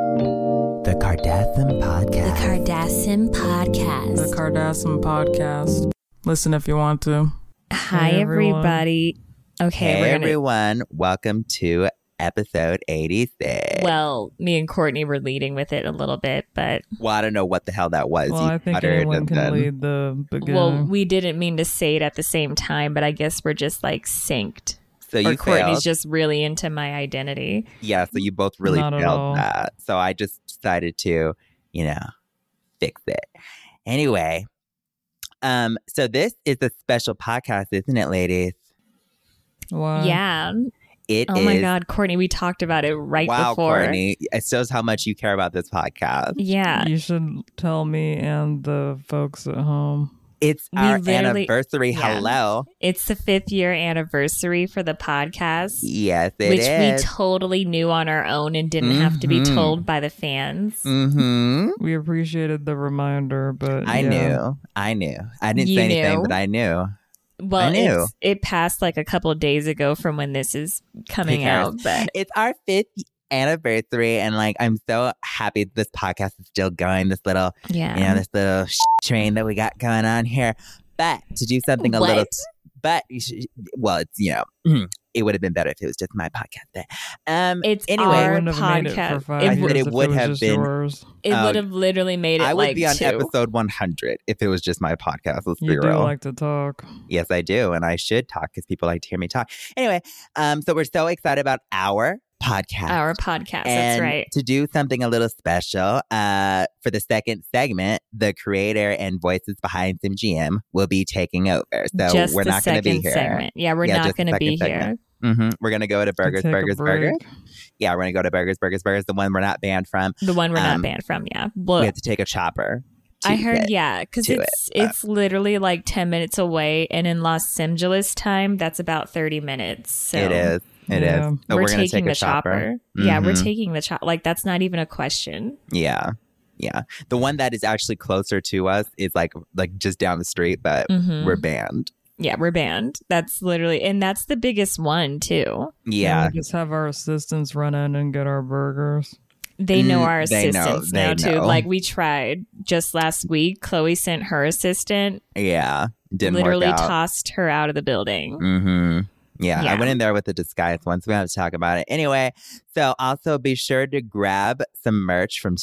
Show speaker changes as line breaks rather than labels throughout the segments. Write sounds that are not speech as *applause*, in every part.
The Cardassian
The
Podcast.
Cardassian
The
Podcast.
Cardassian podcast. Listen if you want to.
Hi,
Hey, everyone.
everybody. Okay,
hey
we're gonna.
everyone, welcome to episode 86.
Well, me and Courtney were leading with it a little bit, but
well, I don't know what the hell that was.
Well,
you
I think
uttered
anyone
and
can
then-
lead the beginning.
well, we didn't mean to say it at the same time, but I guess we're just like synced.
So
or
you failed.
Courtney's just really into my identity.
yeah, so you both really
Not at all.
failed that. So I just decided to, you know, fix it. Anyway, um, so this is a special podcast, isn't it, ladies?
Why?
yeah.
It
Oh
Uh,
my
is-
God, Courtney, we talked about it right
wow,
before.
Courtney. It shows how much you care about this podcast.
Yeah.
You should tell me and the folks at home.
It's
We
our
literally-
anniversary.
yeah.
Hello.
It's the fifth year anniversary for the podcast.
Yes, it is.
which we totally knew on our own and didn't have to be
Mhm.
told by the fans.
mm-hmm.
We appreciated the reminder, but
I
yeah.
knew. I knew. I didn't
You
say anything,
knew.
but I knew.
Well,
I knew.
it's- it passed like a couple of days ago from when this is coming
Who cares?
out, but
It's our fifth anniversary, and like I'm so happy this podcast is still going. This little,
yeah.
you know, this little train that we got going on here. But to do something a little,
What?
but you should, well, it's you know, *clears throat* it would have been better if it was just my podcast. But um,
It's
Anyway.
I
our
wouldn't have made it for
podcast.
five
I
It,
said
years
would,
it
if
would
was
have
just
been-
yours.
it
uh,
would have literally made it
I would
like
be on
two.
episode 100 if it was just my podcast. Let's be
You do
real.
like to talk.
Yes, I do. And I should talk because people like to hear me talk. Anyway, um, so we're so excited about our podcast.
Our podcast. that's
and
right.
To do something a little special uh, for the second segment, the creator and voices behind Sim GM will be taking over. So
just
we're
the
not going to
second
be here.
segment. Yeah, we're
Yeah, just
not
the
going to be
second
here.
segment. Mhm. We're going to go to Burgers,
Take a
Burgers,
break.
Burgers. Yeah, we're going to go to Burgers, Burgers, Burgers, the one we're not banned from.
The one we're
Um,
not banned from. Yeah.
We
Well,
have to take a chopper. to
I heard.
get-
yeah, because
to it,
it's it's literally like ten minutes away, and in Los Angeles time, that's about thirty minutes. So
It is. It is.
Yeah.
So
we're,
we're, going to
taking
take a
the chopper.
chopper.
Yeah, we're
Mhm.
taking the chopper. Like that's not even a question.
Yeah. Yeah. The one that is actually closer to us is like like just down the street, but
Mhm.
we're banned.
yeah, we're banned. That's literally, and that's the biggest one too.
Yeah.
we just have our assistants run in and get our burgers.
They know
Mm,
our
they know,
assistants
they
now too.
know.
Like we tried just last week. Chloe sent her assistant,
Yeah. Didn't
literally
work out.
tossed her out of the building.
hmm Yeah, I
Yeah.
went in there with a disguise once. We don't have to talk about it. Anyway, so also be sure to grab some merch from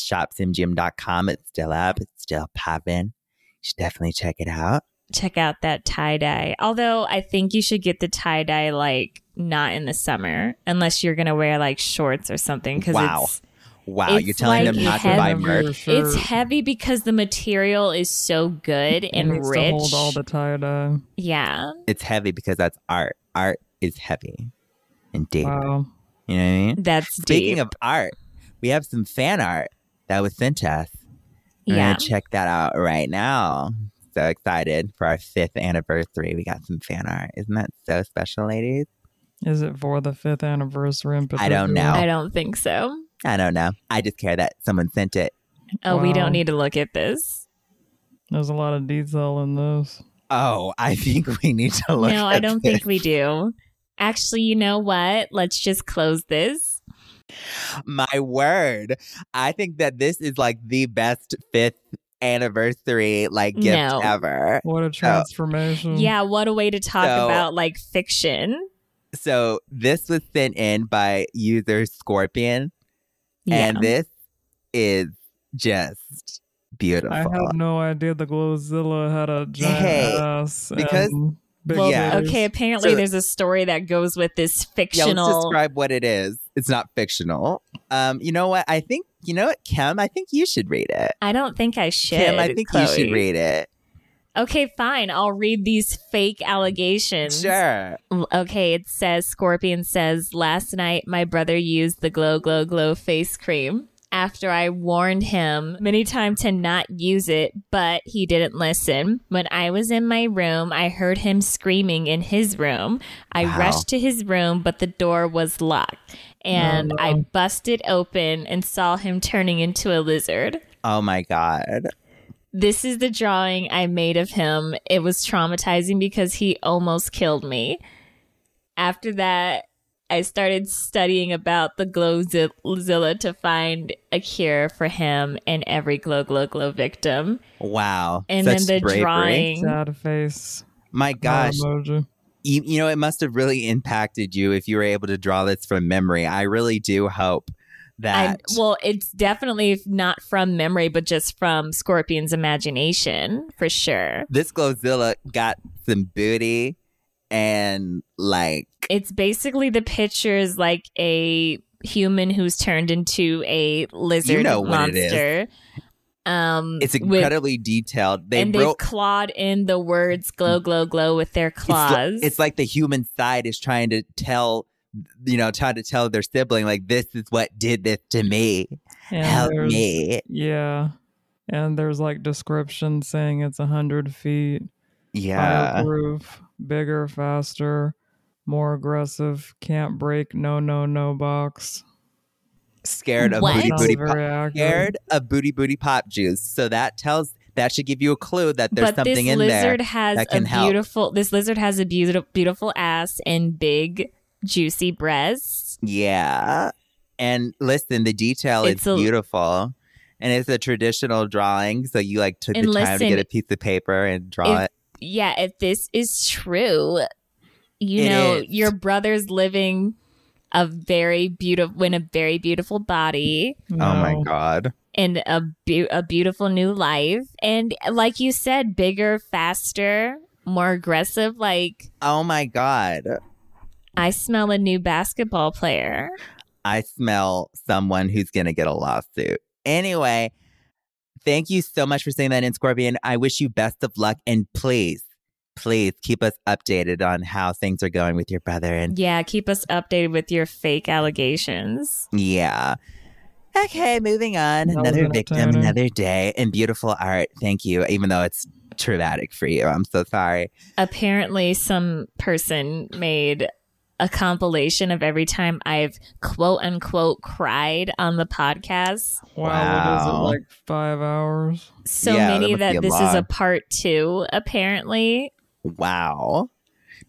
shopsimgym.com. It's still up, it's still popping. You should definitely check it out.
Check out that tie dye. Although I think you should get the tie dye like not in the summer unless you're gonna wear like shorts or something because
Wow.
it's
Wow,
It's
you're telling
like
them not to
heaven.
buy
Whenever
merch.
you're sure-
it's heavy because the material is so good
it
and
needs
rich.
To hold all the tie dye.
yeah,
It's heavy because that's art. Art is heavy and deep.
Wow.
You know what I mean?
that's
Speaking
deep.
of art, we have some fan art that was sent to us. We're
yeah.
gonna check that out right now. So excited for our fifth anniversary. We got some fan art. Isn't that so special, ladies?
Is it for the fifth anniversary? In
I don't know.
particular?
I don't think so.
I don't know. I just care that someone sent it.
Oh, we
Wow.
don't need to look at this.
There's a lot of detail in this.
Oh, *laughs* I think we need to look.
no, I
at
don't
this.
think we do. Actually, you know what? Let's just close this.
*laughs* My word, I think that this is like the best fifth anniversary like gift
No.
ever.
What a transformation.
Yeah, what a way to talk
Mm. So-
about like fiction.
So this was sent in by user Scorpion.
Yeah.
And this is just beautiful.
I had no idea the Glowzilla had a giant
Hey,
ass.
because-
and big
well,
yeah.
titties.
okay, apparently
So-
there's a story that goes with this
yeah, let's
fictional.
describe what it is. It's not fictional. Um, you know what? I think you know what, Kim. I think you should read it.
I don't think I should.
Kim, I think you should
Chloe.
read it.
Okay, fine. I'll read these fake allegations.
Sure.
Okay, it says Scorpion says, Last night my brother used the glow, glow, glow face cream after I warned him many times to not use it, but he didn't listen. When I was in my room, I heard him screaming in his room. I
Wow.
rushed to his room, but the door was locked. And I busted open and saw him turning into a lizard.
Oh my god.
This is the drawing I made of him. It was traumatizing because he almost killed me. After that, I started studying about the Glowzilla to find a cure for him and every Glow Glow Glow victim.
Wow.
And
Such
then the
bravery.
drawing.
Sad face.
My
heart
gosh.
emoji.
You, you know, it must have really impacted you if you were able to draw this from memory. I really do hope
I,
that.
well, it's definitely not from memory, but just from Scorpion's imagination for sure.
this Glowzilla got some booty and like
It's basically the picture is like a human who's turned into a lizard
You know what it is.
monster. Um,
it's
with-
incredibly detailed. They
and
broke.
they've clawed in the words "glow, glow, glow" with their
It's, li-
claws.
it's like the human side is trying to tell, you know, trying to tell their sibling, like, this is what did this to me.
And
Help
there's-
me.
Yeah. And there's like description saying it's 100 feet,
Yeah.
fireproof, bigger, faster, more aggressive, can't break, no, no, no box.
Scared of
What?
booty,
Sounds
booty, pop.
very accurate.
scared of booty, booty pop juice. So that tells, that should give you a clue that there's
but
something
this
in there.
lizard has
that
a
can help.
beautiful. This lizard has a beautiful, beautiful ass and big, juicy breasts.
Yeah. And listen, the detail
It's
is
a-
beautiful. And it's a traditional drawing. So you like took the
And
time to get
listen,
a piece of paper and draw
if-
it.
Yeah, if this is true, you
It
know
is.
your brother's living a very beautiful in a very beautiful body.
Oh my
No.
God.
and a, beau a beautiful new life. And like you said, bigger, faster, more aggressive. Like
Oh my God.
I smell a new basketball player.
I smell someone who's going to get a lawsuit. Anyway, thank you so much for saying that in Scorpion. I wish you best of luck. And please, please keep us updated on how things are going with your brother. And
Yeah, keep us updated with your fake allegations.
yeah. Okay, moving on.
That was
another victim,
entertaining.
another day, and beautiful art. Thank you, even though it's traumatic for you. I'm so sorry.
Apparently, some person made a compilation of every time I've quote unquote cried on the podcast.
Wow. What is it,
Wow.
like five hours?
So
Yeah, that
many
must
that,
be a
this is
lot.
a part two, apparently.
Wow.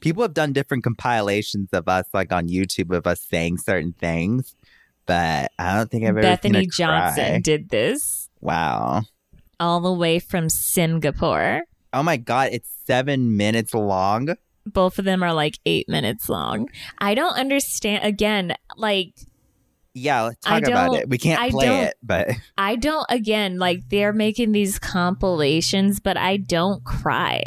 People have done different compilations of us, like on YouTube, of us saying certain things, but I don't think I've ever
Bethany
seen a
Johnson
cry.
did this.
Wow.
all the way from Singapore.
Oh my God, it's seven minutes long.
Both of them are like eight minutes long. I don't understand. Again, like,
Yeah, let's
I
talk about
don't-
it. We can't
I
play
don't-
it, but
I don't, again, like, they're making these compilations, but I don't cry.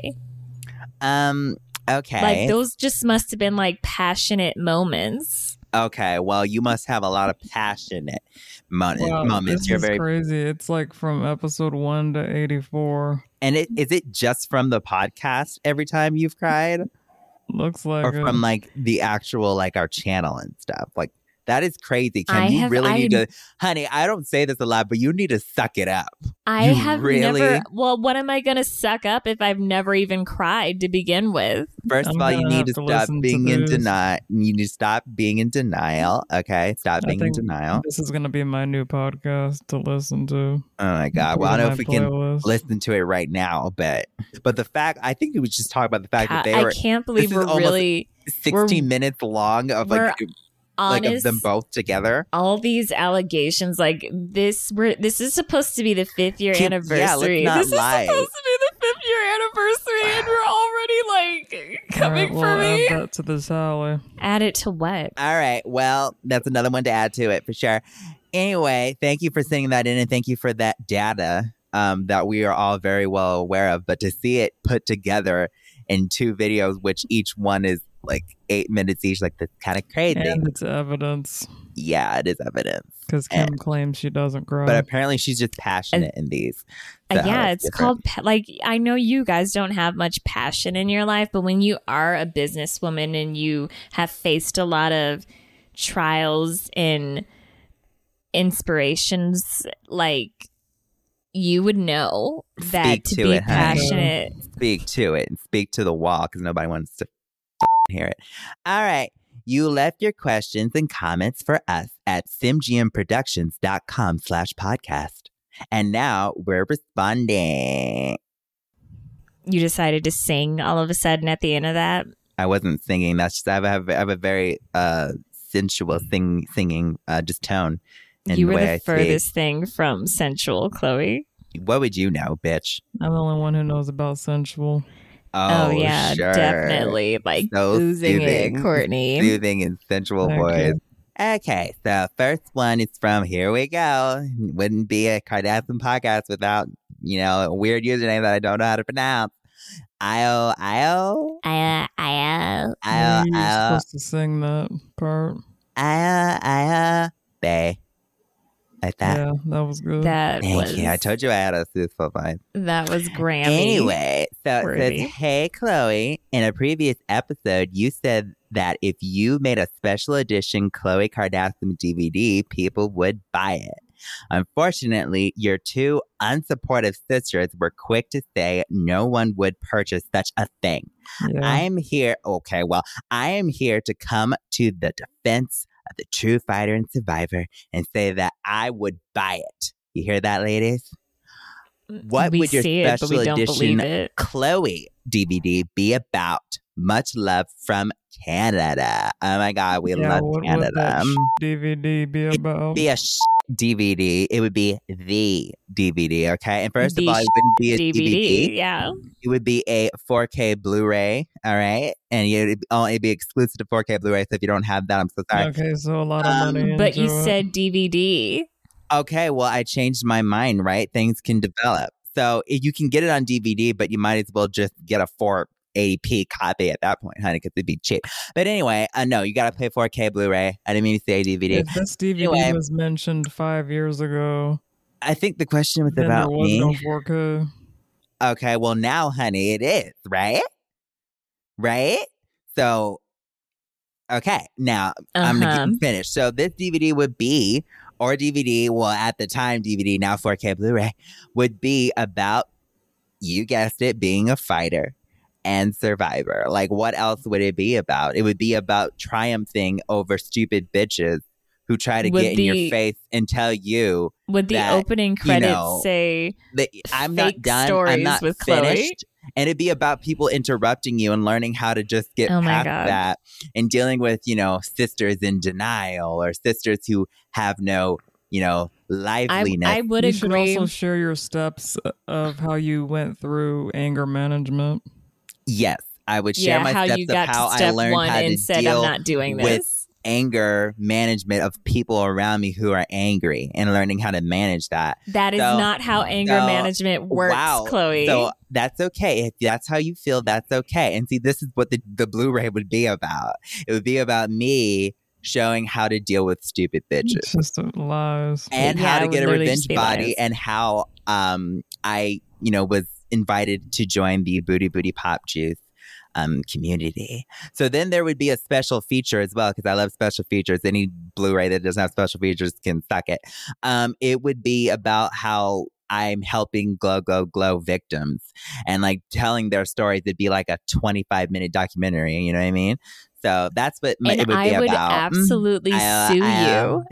um, okay,
Like, those just must have been like passionate moments.
okay. Well, you must have a lot of passionate moment,
Wow,
moments.
This
You're
is
very,
crazy. It's like from episode one to 84.
and it, is it just from the podcast every time you've cried,
Looks like
or
it.
from like the actual like our channel and stuff? Like that is crazy. Can
I
you
have-
really
I-
need to, honey? I don't say this a lot, but you need to suck it up.
I
You
have
really-
never, well, what am I going to suck up if I've never even cried to begin with?
1st
I'm
of all, you
gonna
need
have
to
to
stop
listen to
being in
this.
denial. You need to stop being in denial. Okay, stop
I
being in
think
denial.
This is going to be my new podcast to listen to.
Oh my god.
Put
Well, I
it
don't
in
know if we
my
can
playlist.
listen to it right now, but but the fact I think we just talk about the fact that they
I, I
were
can't believe
is
we're
almost
really
16 minutes long of like like of
honest.
them both together.
all these allegations like this we're this is supposed to be the fifth year
Keep- yeah, let's
anniversary
not
this
lie.
is supposed to be the fifth year anniversary and we're already like
All
coming
right, well, uh,
for me
Add that to the tally.
add it to what
All right. Well, that's another one to add to it for sure. Anyway, thank you for sending that in and thank you for that data um, that we are all very well aware of. But to see it put together in two videos, which each one is like eight minutes each, like that's kind of crazy.
And it's evidence
yeah, it is evidence.
because Kim claims she doesn't cry.
Eh. But apparently she's just passionate in these.
Uh,
So
yeah it's
different.
called pa- like i know you guys don't have much passion in your life but when you are a businesswoman and you have faced a lot of trials and inspirations like you would know that
Speak
to,
to
be
it, honey.
passionate
speak to it and speak to the wall because nobody wants to *laughs* hear it. All right. You left your questions and comments for us at simgmproductions.com slash podcast. And now we're responding.
you decided to sing all of a sudden at the end of that.
I wasn't singing. That's just, I have, I have a very uh, sensual sing, singing, uh, just tone. and
you were
way
the
I speak.
furthest thing from sensual, Chloe.
What would you know, bitch?
I'm the only one who knows about sensual.
Oh,
yeah,
sure.
definitely. Like
So
losing
soothing.
it, Courtney.
Soothing and sensual
Thank
voice. Okay, so first one is from Here We Go. Wouldn't be a Kardashian podcast without, you know, a weird username that I don't know how to pronounce. Io, Io,
I, I, uh,
Io,
You're
Io,
supposed to sing that part.
Io, Io, Bay. Like that.
yeah, that was good.
that
Thank
was
you. I told you I had a soothful voice.
that was Grammy.
Anyway, so it says,
Worthy.
Hey, Chloe, in a previous episode, you said that if you made a special edition Chloe Kardashian DVD, people would buy it. Unfortunately, your two unsupportive sisters were quick to say no one would purchase such a thing.
yeah.
I am here. Okay, well, I am here to come to the defense of the true fighter and survivor and say that I would buy it. You hear that, ladies? What
we
would your
see it, but we
special
don't
edition
believe it.
Chloe DVD be about? Much love from Canada. Oh my God, we
Yeah,
love
what would
Canada. Um,
that DVD be about?
be a sh- DVD. It would be the DVD, okay? And first
The
of all, it wouldn't be a DVD.
DVD, yeah.
It would be a 4K Blu ray, all right? And it'd, oh, it'd be exclusive to 4K Blu ray. So if you don't have that, I'm so sorry.
Okay, so a lot of
Um,
money.
But you
into it.
said DVD.
Okay, well, I changed my mind, right? Things can develop. So i- you can get it on DVD, but you might as well just get a 480p copy at that point, honey, because it'd be cheap. But anyway, uh, no, you got to play 4K Blu ray. I didn't mean to say DVD.
if this DVD
Anyway.
was mentioned five years ago,
I think the question was
then there
about
was
me.
no 4K.
Okay, well, now, honey, it is, right? Right? So, okay, now I'm gonna
Uh-huh.
keep finished. So this DVD would be, or DVD, well at the time DVD now 4K Blu-ray would be about, you guessed it, being a fighter and survivor. Like what else would it be about? It would be about triumphing over stupid bitches who try to
Would
get in your
the-
face and tell you
Would the
that,
opening credits
know,
say
that I'm not
Fake
done. I'm
stories
not
with Chloe.
finished. And it'd be about people interrupting you and learning how to just get
Oh my
past
God.
that and dealing with, you know, sisters in denial or sisters who have no, you know,
I,
liveliness.
I would
you should
agree.
also share your steps of how you went through anger management.
yes, I would share
yeah,
my
how
steps
you got
of how
to step
I learned
one
how to
and said,
deal
"I'm not doing
with-
this."
anger management of people around me who are angry and learning how to manage that.
That is
So-
not how anger
so-
management works,
Wow.
Chloe.
So um, that's okay. If that's how you feel, that's okay. And see, this is what the, the Blu ray would be about. It would be about me showing how to deal with stupid bitches
It's just lies.
and
Yeah,
how
I
to
would
get a
literally
revenge
just be
body
lies.
and how um, I, you know, was invited to join the Booty Booty Pop Juice um, community. So then there would be a special feature as well, because I love special features. Any Blu ray that doesn't have special features can suck it. Um, it would be about how I'm helping Glow, Glow, Glow victims and like telling their stories. It'd be like a 25 minute documentary. You know what I mean? So that's what my,
and
it would
I
be
would
about. mm, Mm-hmm.
absolutely
I- uh,
sue
I-
you.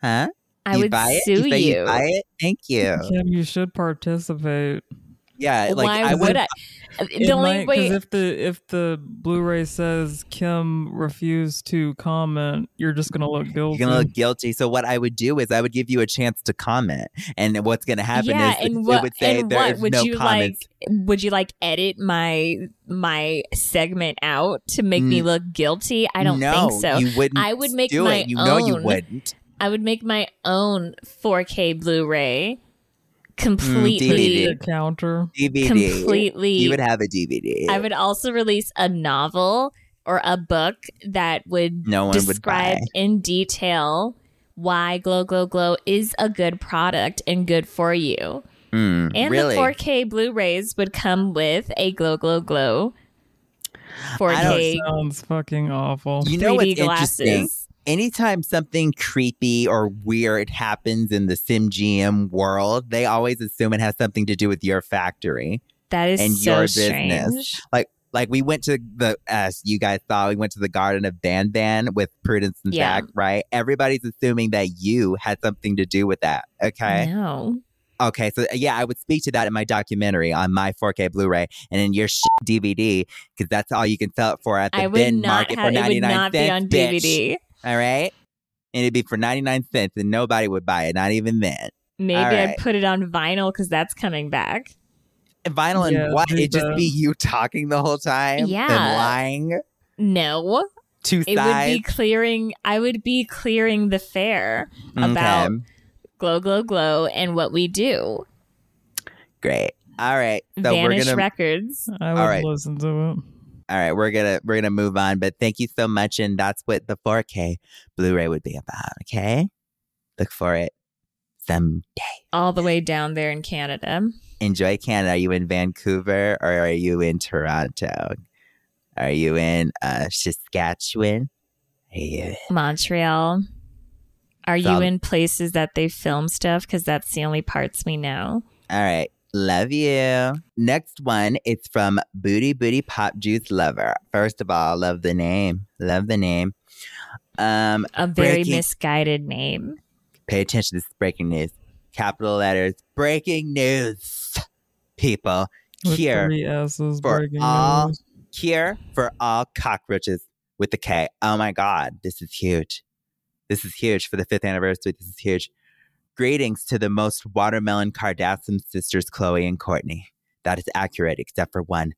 Huh?
I
You
would
buy it?
sue
you. say
you.
buy it? Thank
*laughs*
you.
Kim, you should participate.
Yeah, like
Why
I
would
would. *laughs*
I?
It
The only
might-
way
'cause if the if the Blu-ray says Kim refused to comment, you're just gonna look
You're
guilty.
gonna look guilty. So what I would do is I would give you a chance to comment, and what's gonna happen
yeah,
is
and
it
what
would say
and
there
what
is
would
no
you
comments.
like? Would you like edit my my segment out to make me
Mm.
look guilty? I don't
no,
think so.
You wouldn't.
I would make
do
my
it. You know you
own.
wouldn't.
I would make my own 4K Blu-ray,
DVD.
completely,
the counter.
DVD.
completely.
You would have a DVD.
I would also release a novel or a book that would
no one would
describe
buy.
in detail why Glow Glow Glow is a good product and good for you.
Mm,
And
really?
the 4K Blu-rays would come with a Glow Glow Glow
don't
4K
Sounds fucking awful.
You
3D
know what's interesting?
glasses.
Anytime something creepy or weird happens in the SimGM world, they always assume it has something to do with your factory.
That is
and
so
your
strange.
business. like we went to the as you guys saw we went to the garden of dan dan with prudence and
Yeah.
zach right everybody's assuming that you had something to do with that okay
No.
Okay, so uh, yeah, I would speak to that in my documentary on my 4K Blu-ray and in your shit DVD because that's all you can sell it for at the
I would
bin
not
market for
have. It would
99
not be
cents,
on
bitch.
DVD.
All right, and it'd be for 99 cents, and nobody would buy it, not even then.
Maybe
right.
I'd put it on vinyl because that's coming back.
And vinyl and
Yeah,
what?
do
It'd just
that.
be you talking the whole time, and
Yeah.
lying.
No,
Two
it
sides.
would be clearing. I would be clearing the fair about
Okay,
glow, glow, glow, and what we do.
great. All right, so
Vanish
we're gonna
Records.
I would
All right.
listen to it.
all right, we're gonna we're gonna move on. But thank you so much, and that's what the 4K Blu-ray would be about. Okay, look for it someday.
all the way down there in Canada.
Enjoy Canada. Are you in Vancouver or are you in Toronto? Are you in uh, Saskatchewan? Are you?
Montreal. Are
Some-
you in places that they film stuff? Because that's the only parts we know.
All right. Love you. Next one is from Booty Booty Pop Juice Lover. First of all, love the name. Love the name. Um,
A very
Breaking-
misguided name.
pay attention to this breaking news. Capital letters. Breaking news. People.
With
Here.
three S's
for
breaking
all-
news.
Cure for all cockroaches with the K. Oh my God, this is huge. This is huge for the fifth anniversary. This is huge. Greetings to the most watermelon Kardashian sisters, Chloe and Courtney. That is accurate, except for one.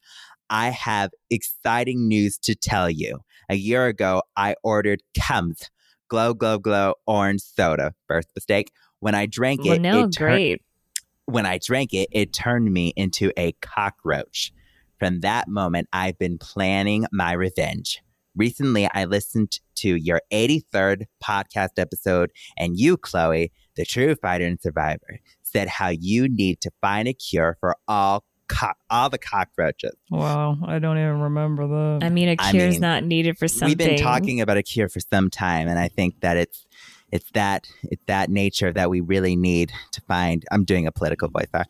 I have exciting news to tell you. A year ago, I ordered Kums Glow Glow Glow Orange Soda. First mistake. When I drank
well,
it,
no,
it turned
great.
when I drank it, it turned me into a cockroach. From that moment, I've been planning my revenge. Recently, I listened to your 83rd podcast episode, and you, Chloe, the true fighter and survivor, said how you need to find a cure for all co- all the cockroaches.
Wow, I don't even remember that.
I mean, a
I
cure's
mean,
not needed for something.
We've been talking about a cure for some time, and I think that it's it's that it's that nature that we really need to find. I'm doing a political voice there.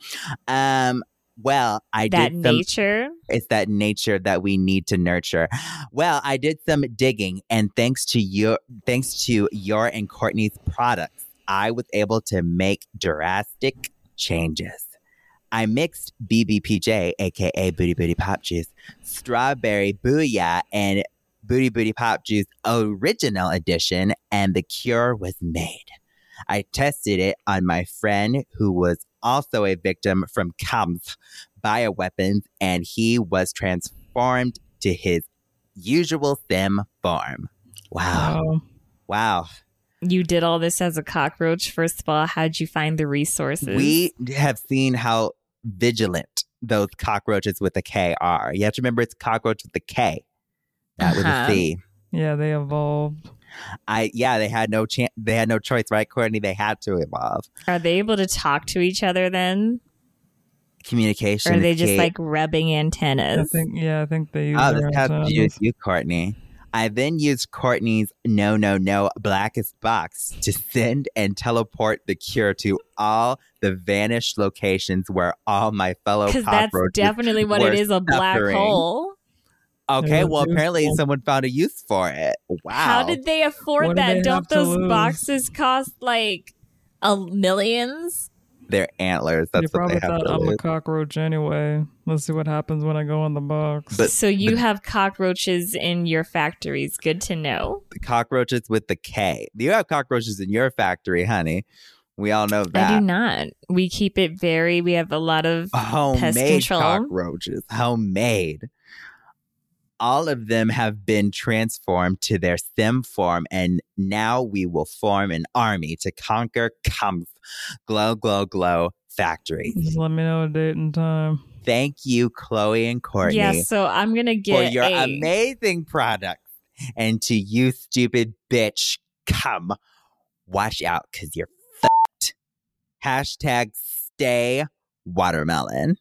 Um, well, I
that
did some,
nature.
it's that nature that we need to nurture. Well, I did some digging, and thanks to your thanks to your and Courtney's products, I was able to make drastic changes. I mixed BBPJ, aka Booty Booty Pop Juice, Strawberry Booyah, and Booty Booty Pop Juice Original Edition, and the cure was made. I tested it on my friend who was also a victim from Kams bioweapons, and he was transformed to his usual Sim form. Wow.
Wow.
Wow.
You did all this as a cockroach. First of all, how'd you find the resources?
We have seen how vigilant those cockroaches with a K are. You have to remember it's cockroach with a K, not with a
Uh-huh.
C.
Yeah, they evolved.
I yeah, they had no chance. They had no choice, right, Courtney? They had to evolve
Are they able to talk to each other then?
communication.
Or are they
is
just
key.
like rubbing
I
antennas?
think. Yeah, I think they used
Oh,
their
this has to
antennas.
do with you, Courtney. I then used Courtney's no, no, no blackest box to send and teleport the cure to all the vanished locations where all my fellow
Because that's
cockroaches.
definitely what it
were
is a black
suffering.
hole.
okay,
They were
well, apparently
useful.
someone found a use for it. Wow.
How did they afford
What do
that?
they
Don't
have to
those
lose?
boxes cost like a millions?
their antlers? That's
you
what
probably
they have
thought
to
I'm
lose.
a cockroach anyway. Let's see what happens when I go in the box.
But-
so you have cockroaches in your factories. Good to know.
The cockroaches with the K. You have cockroaches in your factory, honey. We all know that.
I do not. We keep it very. We have a lot of.
homemade
control.
cockroaches, homemade. All of them have been transformed to their sim form, and now we will form an army to conquer Kampf Glow Glow Glow Factory.
Just let me know a date and time.
Thank you, Chloe and Courtney,
yeah. So I'm gonna
for
get
your
a-
amazing products. And to you, stupid bitch, come wash out because you're fucked. Hashtag stay watermelon.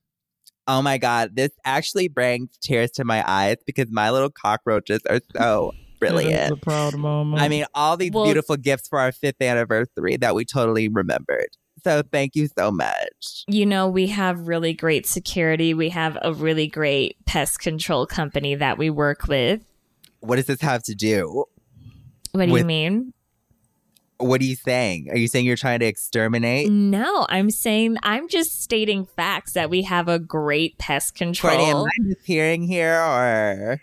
Oh my God, this actually brings tears to my eyes because my little cockroaches are
*laughs*
so
It is a
brilliant.
proud moment.
I mean, all these
Well-
beautiful gifts for our fifth anniversary that we totally remembered. So thank you so much.
you know, we have really great security. We have a really great pest control company that we work with.
What does this have to do?
What do
With-
you mean?
What are you saying? Are you saying you're trying to exterminate?
No, I'm saying I'm just stating facts that we have a great pest control.
Courtney, am I just hearing here or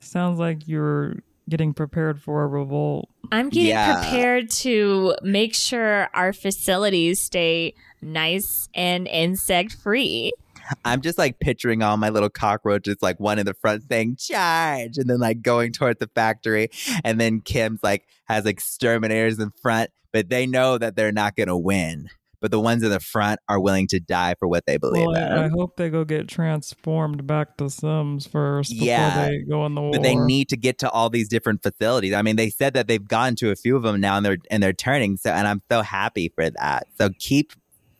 Sounds like you're getting prepared for a revolt.
I'm getting
Yeah.
prepared to make sure our facilities stay nice and insect free.
I'm just like picturing all my little cockroaches, like one in the front saying charge and then like going toward the factory. And then Kim's like has exterminators in front, but they know that they're not going to win. But the ones in the front are willing to die for what they believe
Well, I, I
in.
hope they go get transformed back to Sims first before
Yeah.
they go in the war.
But they need to get to all these different facilities. I mean, they said that they've gone to a few of them now and they're and they're turning. So and I'm so happy for that. So keep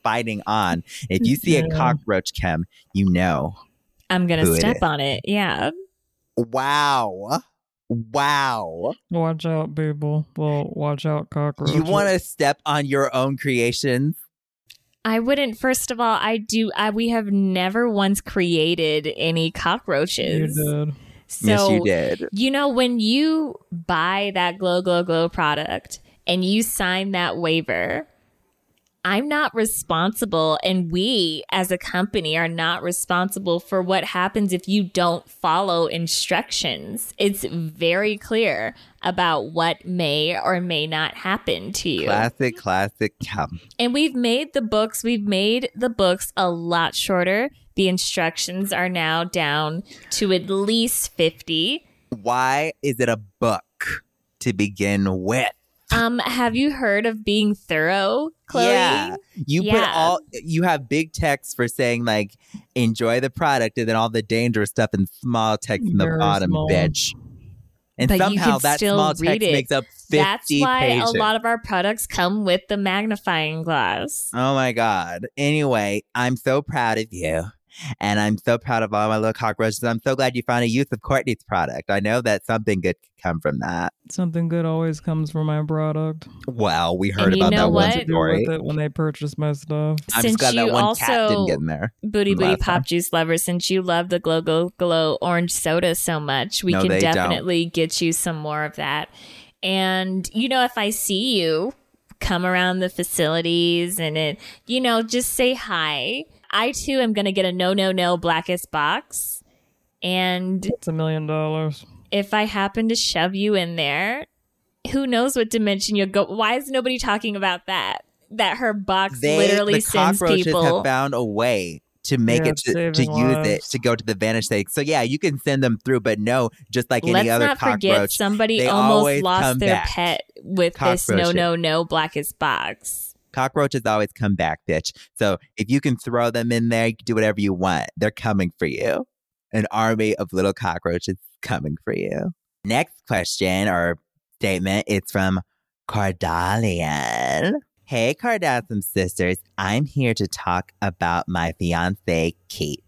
fighting on. If you see a
Yeah.
cockroach, Kim, you know.
I'm going
Who
to
it
step
is.
on it. Yeah.
Wow. Wow.
watch out, people. Well, watch out, cockroaches.
You want to step on your own creations?
I wouldn't, first of all, I do. I, we have never once created any
You
cockroaches.
did.
So
yes, you did.
You know, when you buy that Glow Glow Glow product and you sign that waiver, I'm not responsible, and we as a company are not responsible for what happens if you don't follow instructions. It's very clear about what may or may not happen to you.
Classic, classic Kim.
And we've made the books, we've made the books a lot shorter. The instructions are now down to at least 50.
Why is it a book to begin with?
Um, have you heard of being thorough, Chloe?
Yeah. You put
Yeah.
all you have big text for saying like enjoy the product and then all the dangerous stuff in small text in the
Very
bottom,
small.
bitch. And
But you
somehow
can
that
still
small
read
text
it.
makes up 50
That's why
pages.
a lot of our products come with the magnifying glass.
Oh my God. Anyway, I'm so proud of you. And I'm so proud of all my little cockroaches. I'm so glad you found a use of Courtney's product. I know that something good could come from that.
Something good always comes from my product.
Well, we heard
And you
about
know
that
what?
one
Deal
story.
with it when they purchase my stuff.
I'm
Since
just glad
you
that one cat
also-
didn't get in there.
Booty Booty
Last
Pop
time.
Juice Lover, since you love the Glow Glow Glow orange soda so much, we
No,
can
they don't.
definitely get you some more of that. And you know, if I see you come around the facilities and it, you know, just say hi. I too am gonna get a no no no blackest box. And
It's a million dollars.
if I happen to shove you in there, who knows what dimension you'll go? Why is nobody talking about that? That her box
They,
literally
the
sends
cockroaches have
people.
found a way to make
Yeah,
it to,
it's
to
saving
use it
lives.
to go to the vanish state. So yeah, you can send them through, but no, just like
Let's
any other
not forget
cockroach,
somebody
they
almost
always
lost
come
their
back.
pet with this no
Cockroaches.
no no blackest box.
cockroaches always come back, bitch. So if you can throw them in there, you can do whatever you want. They're coming for you. An army of little cockroaches coming for you. Next question or statement is from Cardalian. Hey, Cardassian sisters, I'm here to talk about my fiance, Keith,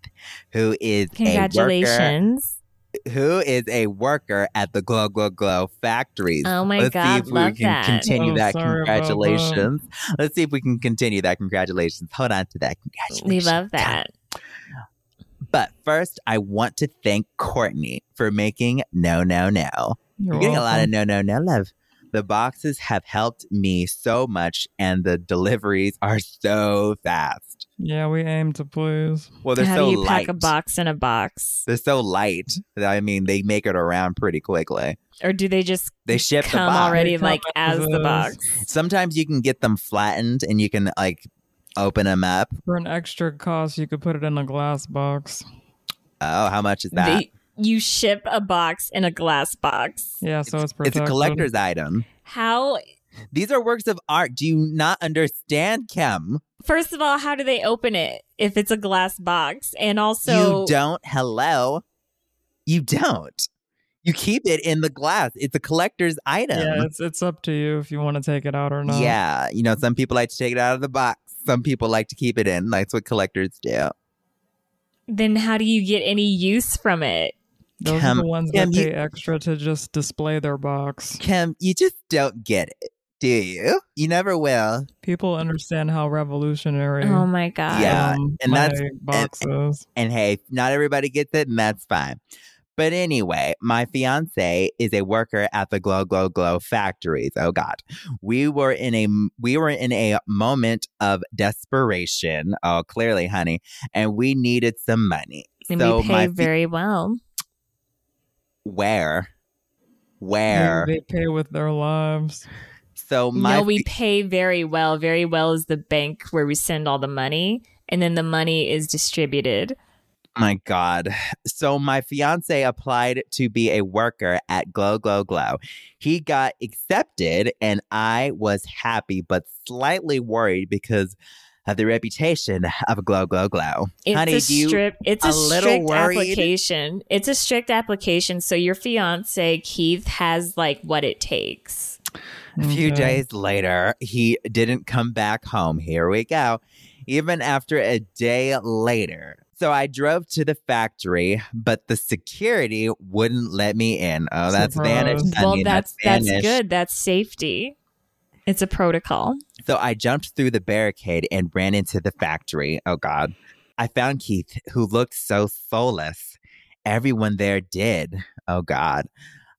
who is a
Congratulations.
worker, who is a worker at the Glow Glow Glow factories.
Oh my
Let's see
god,
if
love
we can
that.
continue
Oh,
that.
sorry about that.
Congratulations. Let's see if we can continue that. Congratulations. Hold on to that.
we
Congratulations.
love that.
But first, I want to thank Courtney for making No No No.
You're,
You're getting a lot of
welcome.
no no no love. The boxes have helped me so much, and the deliveries are so fast.
Yeah, we aim to please.
Well, they're
How
so
do you
light.
pack a box in a box?
They're so light. that, I mean, they make it around pretty quickly.
Or do they just
They ship the
come
box.
already
They come
like as
as
the
is.
box?
Sometimes you can get them flattened, and you can like open them up.
For an extra cost, you could put it in a glass box.
Oh, how much is that?
They, you ship a box in a glass box.
Yeah, so it's
It's
protected.
a collector's item.
How
These are works of art. Do you not understand, Kim?
First of all, how do they open it if it's a glass box? And also,
you don't. Hello. You don't. You keep it in the glass. It's a collector's
Yeah,
item.
it's, it's up to you if you want to take it out or not.
Yeah. You know, some people like to take it out of the box. Some people like to keep it in. That's what collectors do.
then how do you get any use from it?
Those
Kim-
are the ones
Kim,
that
you-
pay extra to just display their box.
Kim, you just don't get it, do you? You never will.
People understand how revolutionary.
Oh my god!
Yeah,
um,
and that's-
my box is.
And hey, not everybody gets it, and that's fine. But anyway, my fiance is a worker at the Glow Glow Glow factories. Oh God, we were in a we were in a moment of desperation. Oh, clearly, honey, and we needed some money.
And
so
we pay
my fi-
very well.
where,
Maybe
where?
They pay with their lives.
so my
no, we
fi-
pay very well. Very well is the bank where we send all the money, and then the money is distributed.
My God. So, my fiance applied to be a worker at Glow Glow Glow. He got accepted, and I was happy but slightly worried because of the reputation of Glow Glow Glow.
It's
Honey,
a
do you-
strip. It's a,
a little
strict
worried?
application. It's a strict application. So your fiance Keith has like what it takes.
A few
Okay.
days later, he didn't come back home. Here we go. Even after a day later. So I drove to the factory, but the security wouldn't let me in. Oh, that's Spanish.
Surprise.
I
well,
mean,
that's that's
Spanish.
good. That's safety. It's a protocol.
So I jumped through the barricade and ran into the factory. Oh, God. I found Keith, who looked so soulless. Everyone there did. Oh, God.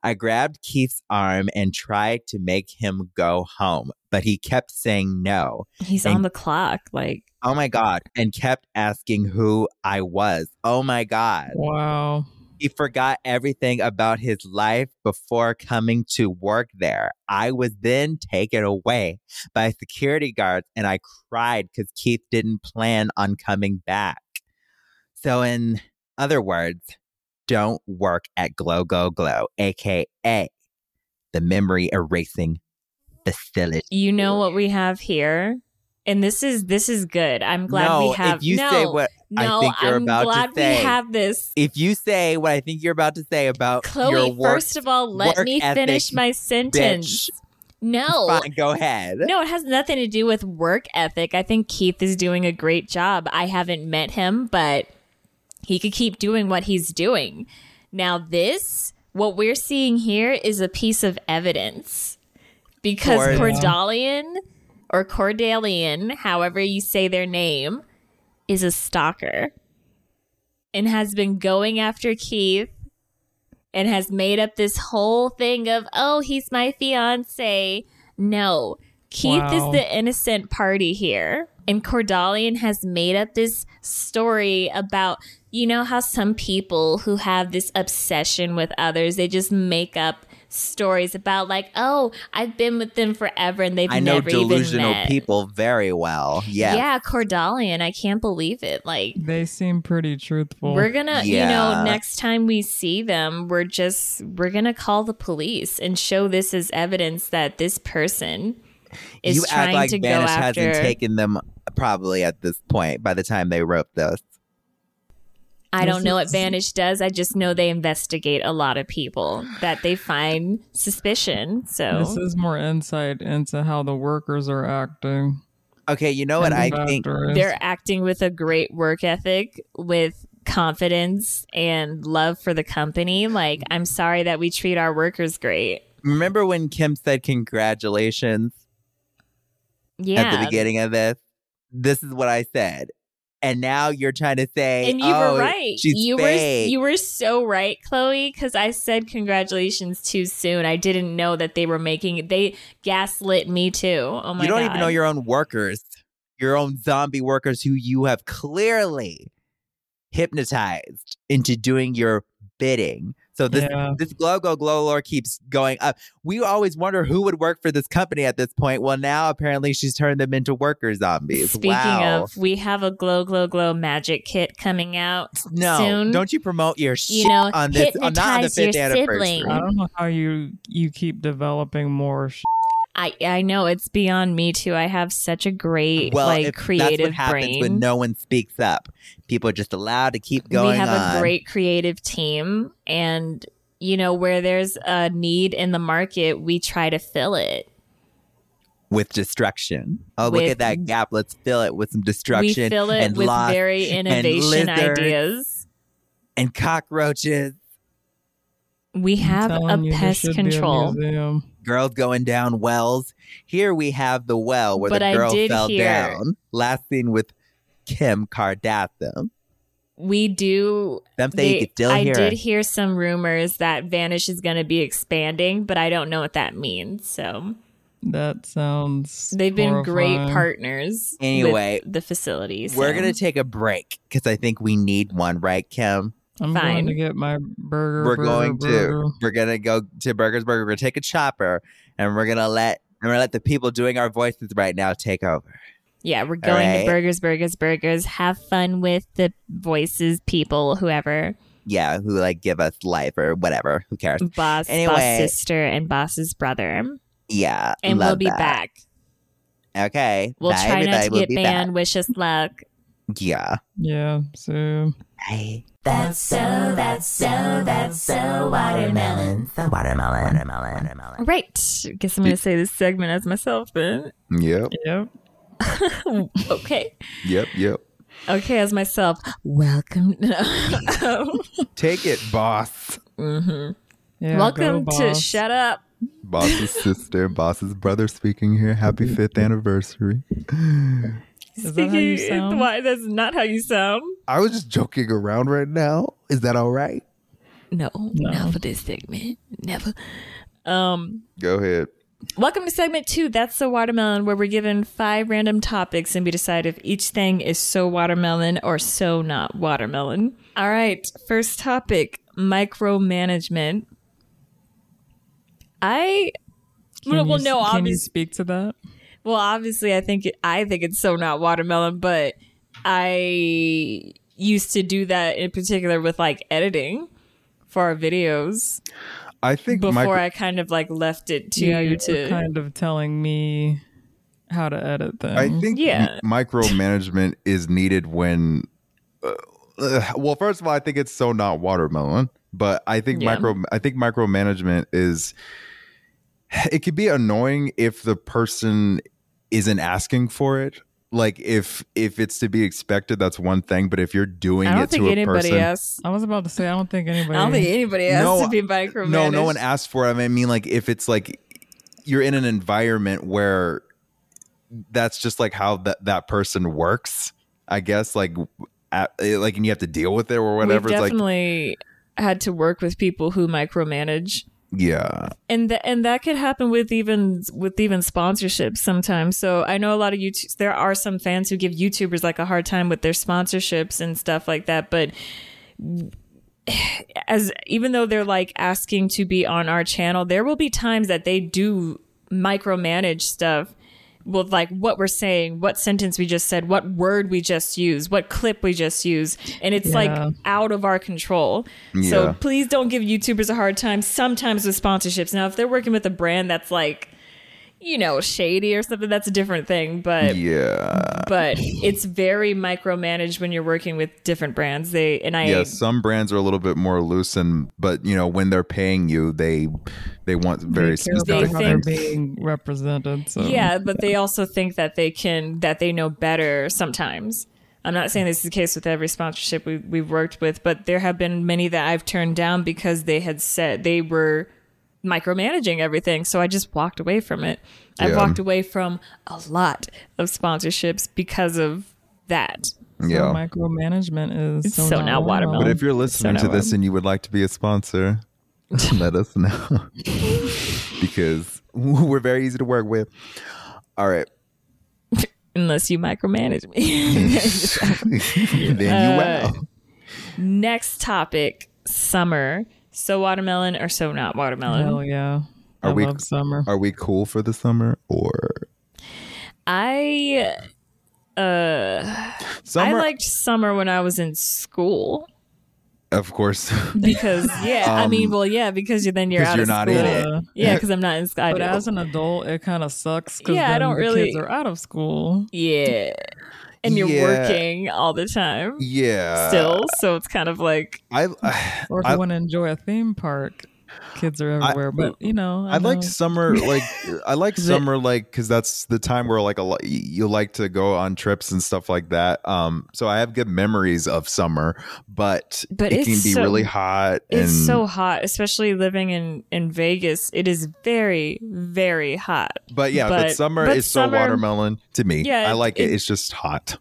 I grabbed Keith's arm and tried to make him go home, but he kept saying no.
He's
And-
on the clock. Like
Oh, my God. And kept asking who I was. Oh, my God.
Wow.
He forgot everything about his life before coming to work there. I was then taken away by security guards and I cried because Keith didn't plan on coming back. So, in other words, don't work at Glow Go Glow, AKA the memory erasing facility.
you know what we have here, and this is this is good. I'm glad
no,
we have.
if you
no,
say what
no,
I think you're
am
about
glad
to say,
we have this.
if you say what I think you're about to say about your
Chloe,
work,
first of all, let
work
me
ethic,
finish my sentence.
*laughs*
No,
fine, go ahead.
No, it has nothing to do with work ethic. I think Keith is doing a great job. I haven't met him, but he could keep doing what he's doing. Now, this, what we're seeing here is a piece of evidence because
Corda.
Cordalian or Cordalian, however you say their name, is a stalker and has been going after Keith and has made up this whole thing of, oh, he's my fiance. No, Keith
Wow.
is the innocent party here. And Cordalian has made up this story about, you know, how some people who have this obsession with others, they just make up stories about, like, oh, I've been with them forever and they've
I know
never even
delusional
met.
people very well. Yeah.
Yeah, Cordalian. I can't believe it. Like,
They seem pretty truthful.
we're gonna, you
Yeah.
know, next time we see them, we're just we're gonna call the police and show this as evidence that this person is
you
trying
act like
to go
Vanish
after.
hasn't taken them probably at this point by the time they wrote this.
I don't
This
*laughs*
know what
is-
Vanish does. I just know they investigate a lot of people that they find suspicion.
this
So
is more insight into how the workers are acting.
Okay, you know what I
and the
think?
factories.
they're acting with a great work ethic with confidence and love for the company. Like, I'm sorry that we treat our workers great.
Remember when Kim said congratulations
Yeah.
at the beginning of this? This is what I said. And now you're trying to say,
and you
oh,
were right.
She's
you were
fake.
you were so right, Chloe, because I said congratulations too soon. I didn't know that they were making they gaslit me too. Oh my
You don't
god.
even know your own workers, your own zombie workers who you have clearly hypnotized into doing your bidding. So Oh, this
yeah.
this glow glow glow lore keeps going up. We always wonder who would work for this company at this point. Well, now apparently she's turned them into worker zombies.
Speaking
wow.
of, we have a glow glow glow magic kit coming out.
no,
soon,
don't you promote your shit
You know,
on this on, not on the
hypnotize your
fifth anniversary.
sibling.
I don't know how you you keep developing more. Sh-
I I know it's beyond me too. I have such a great
Well,
like
if that's
creative
what happens
brain.
when no one speaks up. People are just allowed to keep going
we have
on.
a great creative team and you know where there's a need in the market, we try to fill it.
with destruction. Oh, look
With-
at that gap. Let's fill it with some destruction
we fill it
and
with
loss
very innovation
lizards.
ideas.
and cockroaches.
We have a
telling you, there
pest
should be a
control.
museum.
girls going down wells. Here we have the well where
But
the
I
girl
did
fell
hear-
down. Last scene with Kim Kardashian.
we do
Something
They-
you could still
I
hear.
did hear some rumors that Vanish is going to be expanding, but I don't know what that means. So
That sounds.
they've been great
horrifying.
partners. with
Anyway,
the facilities.
We're gonna take a break because I think we need one, right, Kim?
I'm
Fine.
going to get my burger.
we're
burger,
going
burger.
to we're gonna go to Burgers Burger. We're gonna take a chopper and we're gonna let and we're gonna let the people doing our voices right now take over.
yeah, we're going
right.
to burgers, burgers, burgers. Have fun with the voices, people, whoever,
Yeah, who like give us life or whatever. Who cares?
boss,
Anyway.
boss sister, and boss's brother.
Yeah,
And we'll
love
be
that.
back.
Okay,
We'll
bye,
try not
everybody.
to
We'll
get
be
banned. Wish us luck.
Back. Yeah.
Yeah. So.
Bye.
That's so, that's so, that's so watermelon.
The watermelon. Watermelon. Watermelon.
All right. Guess I'm going to say this segment as myself then.
Yep.
Yep.
okay.
Yep. Yep.
Okay, as myself. Welcome. *laughs* um, No.
Take it, boss.
Mhm.
Yeah,
Welcome
go,
to
boss.
Shut Up.
Boss's sister, boss's brother speaking here. Happy fifth anniversary.
Is that how you
Speaking-
sound?
Why that's not how you sound.
I was just joking around right now. Is that all right?
No,
No.
not for this segment. Never. Um,
Go ahead.
welcome to segment two. That's so watermelon, where we're given five random topics and we decide if each thing is so watermelon or so not watermelon. All right, first topic: micromanagement. I
Can
well,
you
well,
s-
no,
Can you
obviously.
speak to that?
Well, obviously, I think I think it's so not watermelon, but I used to do that in particular with like editing for our videos
I think
before
micro-
I kind of like left it to
yeah,
you
you're
to.
kind of telling me how to edit things.
I think
Yeah.
m-
*laughs*
micromanagement is needed when. Uh, ugh, well, first of all, I think it's so not watermelon, but I think
Yeah.
micro. I think micromanagement is. It could be annoying if the person isn't asking for it. Like if if it's to be expected, that's one thing. But if you're doing
I
it
don't
to
think
a
anybody
person,
else.
I was about to say I don't think
I
anybody.
don't think anybody else
No,
to be micromanaged.
No, no one asked for it. I mean, like if it's like you're in an environment where that's just like how that that person works, I guess. Like, at, like, and you have to deal with it or whatever.
We
It's like,
definitely had to work with people who micromanage.
yeah,
and th- and that could happen with even with even sponsorships sometimes. So I know a lot of YouTube. There are some fans who give YouTubers like a hard time with their sponsorships and stuff like that. But as even though they're like asking to be on our channel, there will be times that they do micromanage stuff with like what we're saying, what sentence we just said, what word we just used, what clip we just used, and it's
Yeah.
like out of our control. So
Yeah.
please don't give YouTubers a hard time sometimes with sponsorships. Now if they're working with a brand that's like you know, shady or something, that's a different thing, but
yeah,
but it's very micromanaged when you're working with different brands. They and I
yeah. Some brands are a little bit more loose, and but you know when they're paying you, they they want very
they
specific
how they're
things.
being represented. So
Yeah, but they also think that they can that they know better sometimes. I'm not saying this is the case with every sponsorship we we've worked with, but there have been many that I've turned down because they had said they were micromanaging everything. So I just walked away from it. I've
Yeah.
walked away from a lot of sponsorships because of that.
So
yeah.
micromanagement is so,
so not
not
watermelon.
but
Um,
if you're listening
so
to
no,
this
um,
and you would like to be
*laughs*
a sponsor, let us know *laughs* because *laughs* we're very easy to work with. All right. *laughs*
Unless you micromanage me. *laughs*
then you wow.
Next topic, summer. So watermelon or so not watermelon?
Hell yeah!
Are
I
we-
love summer.
Are we cool for the summer or
I
summer?
I liked summer when I was in school
of course. *laughs*
because yeah, I mean, well, yeah, because you then you're
'cause
out
Um, you're
of
not
school.
in it.
Yeah, because I'm not in school. I
But
don't-
as an adult, it kind of sucks because
Yeah, I don't
the
really-
kids are out of school.
yeah, and you're
Yeah.
working all the time
yeah.
still, so it's kind of like
I I,
Or if
I,
you want to enjoy a theme park, kids are
I-
everywhere. but you know, I,
*sighs* I like
know-
*laughs*
summer like I like summer like cuz that's the time where like a lot you like to go on trips and stuff like that. Um so I have good memories of summer, but,
But
it
it's
can be
so-
really hot
it's
and
so hot, especially living in in Vegas. It is very very hot.
But yeah, but,
But-
summer
but
is
summer-
so watermelon to me.
Yeah,
I like it,
it-
It's just hot.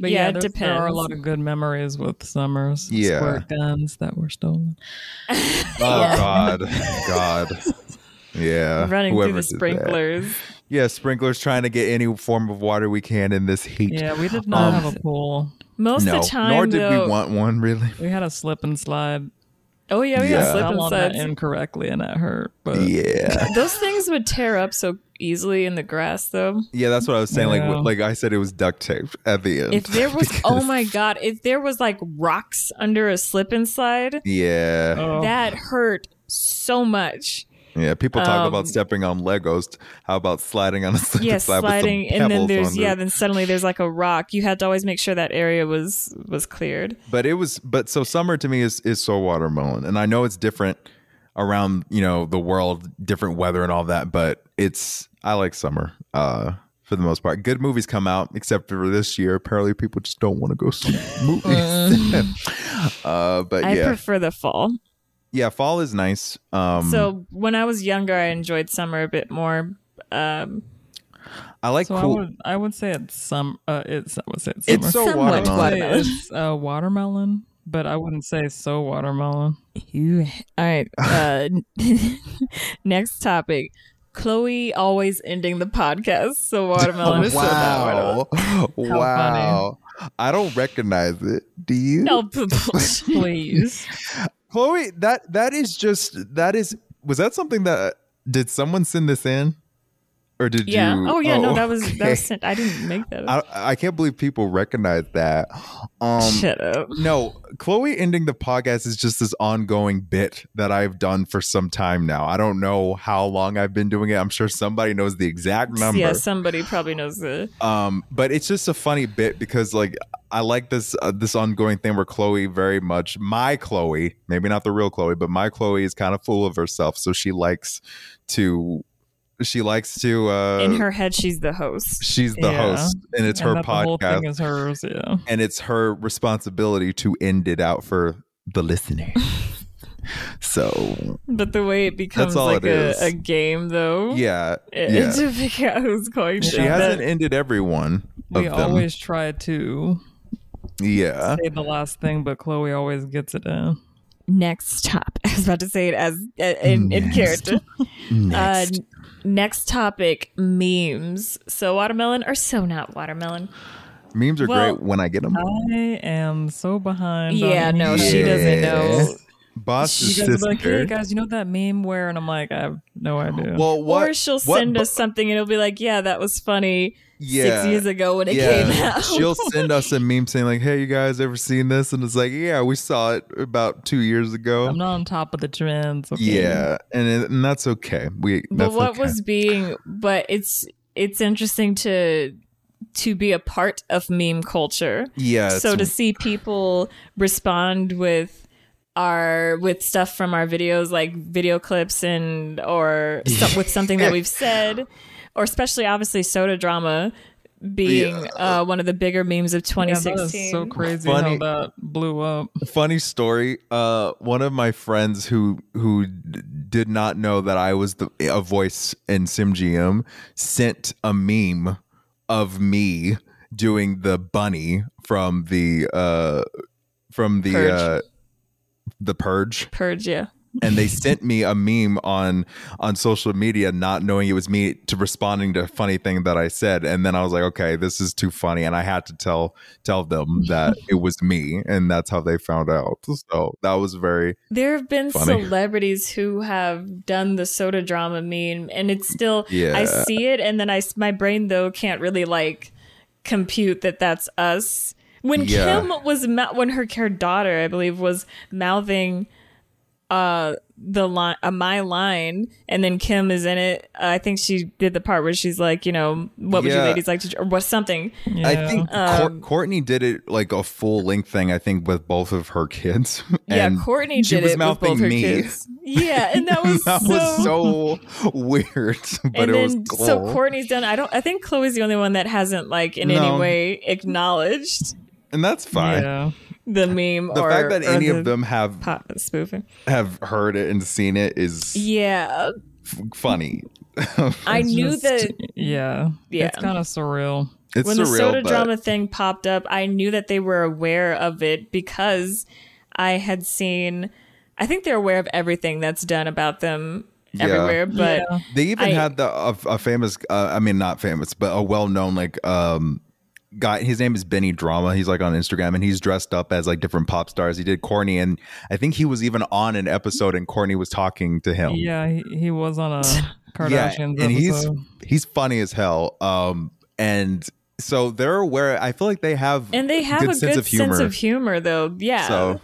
But
Yeah,
yeah,
it
there's- there are a
depends.
lot of good memories with Summers.
Yeah.
Squirt guns that were stolen.
Oh
*laughs* Yeah.
God, God.
*laughs*
Yeah,
running
whoever
through the
did that.
sprinklers.
Yeah, sprinklers trying to get any form of water we can in this heat.
Yeah, we did not
Um,
have a pool.
Most
no,
of the time,
nor did
though,
we want one really.
We had a slip and slide.
Oh yeah, we had
Yeah.
slip
Fell
and
on that
slides.
incorrectly and that hurt. But
Yeah,
Those things would tear up so easily in the grass, though.
*laughs* yeah, that's what I was saying. Like,
Yeah.
like I said, it was duct taped at the end.
If there
*laughs*
was, oh
Because-
my god, if there was like rocks under a slip and slide,
Yeah,
Oh.
that hurt so
*laughs*
much.
yeah. People talk
Um,
about stepping on Legos. How about sliding on a *laughs* slip
Yeah,
and slide
sliding,
with some
and then
pebbles
there's
on
yeah,
it?
then suddenly there's like a rock. You had to always make sure that area was was cleared.
But it was, but so summer to me is is so watermelon, and I know it's different around you know the world, different weather and all that. But it's I like summer uh, for the most part. Good movies come out, except for this year. Apparently, people just don't want to go
*laughs*
see movies. *laughs* uh, but
I
yeah,
prefer the fall.
yeah, fall is nice. Um,
so when I was younger, I enjoyed summer a bit more. Um,
I like
So
cool.
I would I would say it's some uh it's I would say it's summer.
it's so
somewhat
watermelon.
watermelon.
Say it's uh, watermelon, but I wouldn't say so watermelon.
You all
*laughs*
right? Uh, *laughs* next topic. Chloe always ending the podcast.
*laughs*
So watermelon Oh, is so bad. watermelon.
wow, wow. I don't recognize it. Do you?
No, p- p-
*laughs*
Please.
Chloe, that that is just that is was that something that did someone send this in, or did
yeah.
you?
Oh yeah. no, that was that
okay.
was sent. I didn't make that. Up.
I, I can't believe people recognize that. Um,
Shut up.
no, Chloe ending the podcast is just this ongoing bit that I've done for some time now. I don't know how long I've been doing it. I'm sure somebody knows the exact number.
Yeah, somebody probably knows the.
um but it's just a funny bit because like i like this uh, this ongoing thing where chloe very much my chloe maybe not the real chloe but my chloe is kind of full of herself so she likes to she likes to uh
In her head, she's the host.
she's the
Yeah.
host and it's
And
her
that The whole
podcast
thing is hers. Yeah.
and it's her responsibility to end it out for
*laughs*
the listener so
But the way it becomes
all
like
it
a,
is.
a game, though.
yeah
It,
yeah.
To figure out who's going to.
she
that-
hasn't ended every one
We
of them
always try to
yeah
say the last thing, but Chloe always gets it in.
next top. *laughs* I was about to say it as uh, in, in
Next.
character.
Next.
Uh, n- next topic memes. So watermelon or so not watermelon?
memes are
well,
great when i get them
I am so behind.
yeah,
on
no,
memes.
she doesn't
Yeah.
know.
Boss's
You guys are
sister.
like, hey guys, you know that meme where? And I'm like, I have no idea.
well, what?
or she'll
what
send
bu-
us something and it'll be like, yeah, that was funny
Yeah.
six years ago when it
yeah,
came out.
she'll send us a meme saying like, "Hey, you guys ever seen this?" And it's like, "Yeah, we saw it about two years ago."
I'm not on top of the trends. Okay?
yeah, and, it, and that's okay. We
*laughs* but
that's
what
okay.
was being but it's it's interesting to to be a part of meme culture.
yeah?
so to
it's-
see people respond with our with stuff from our videos like video clips and or stuff with something that we've said or especially obviously soda drama being uh, one of the bigger memes of
Yeah, that is
2016
so crazy how
Funny.
that blew up.
funny story. Uh, one of my friends who who d- did not know that I was the a voice in SimGM sent a meme of me doing the bunny from the uh from the
Purge.
uh the purge
purge yeah
and they sent me a meme on on social media not knowing it was me to responding to a funny thing that i said and then i was like okay this is too funny and i had to tell tell them
*laughs*
that it was me and that's how they found out so that was very
there have been
Funny.
celebrities who have done the soda drama meme and it's still
yeah
I see it, and then I s- my brain though can't really like compute that that's us. When
Yeah.
Kim was mou- when her care daughter, I believe, was mouthing uh the line uh, my line and then kim is in it i think she did the part where she's like you know what would you
Yeah.
ladies like to dr- or what something
Yeah.
I think
Um,
Cour- Courtney did it like a full length thing. I think with both of her kids. *laughs*
yeah
And
courtney
she
did
was
it with
mouthing
both her
me.
kids yeah and
*laughs*
that was
that
so,
was so weird, *laughs* but
and
it was
then
cool.
so courtney's done i don't i think chloe's the only one that hasn't like in
No.
any way acknowledged
and that's fine.
Yeah.
the meme
The
or
fact that
or
any
the-
of them have
pop spoofing.
have heard it and seen it is
Yeah,
f- funny. *laughs*
I knew
Just-
that.
Yeah.
Yeah.
It's kind of surreal.
It's
when
surreal.
the soda
but
drama thing popped up, I knew that they were aware of it because I had seen. I think they're aware of everything that's done about them
Yeah.
everywhere, but
they even
I-
had the a, a famous, uh, I mean, not famous, but a well-known like um guy. His name is Benny Drama. He's like on Instagram, and he's dressed up as like different pop stars. He did Corny, and I think he was even on an episode, and Corny was talking to him.
Yeah, he, he
*laughs*
was on a Kardashians
and
episode.
he's he's funny as hell. Um, and so they're aware. I feel like they have
and they have a good sense of humor, though. Yeah.
So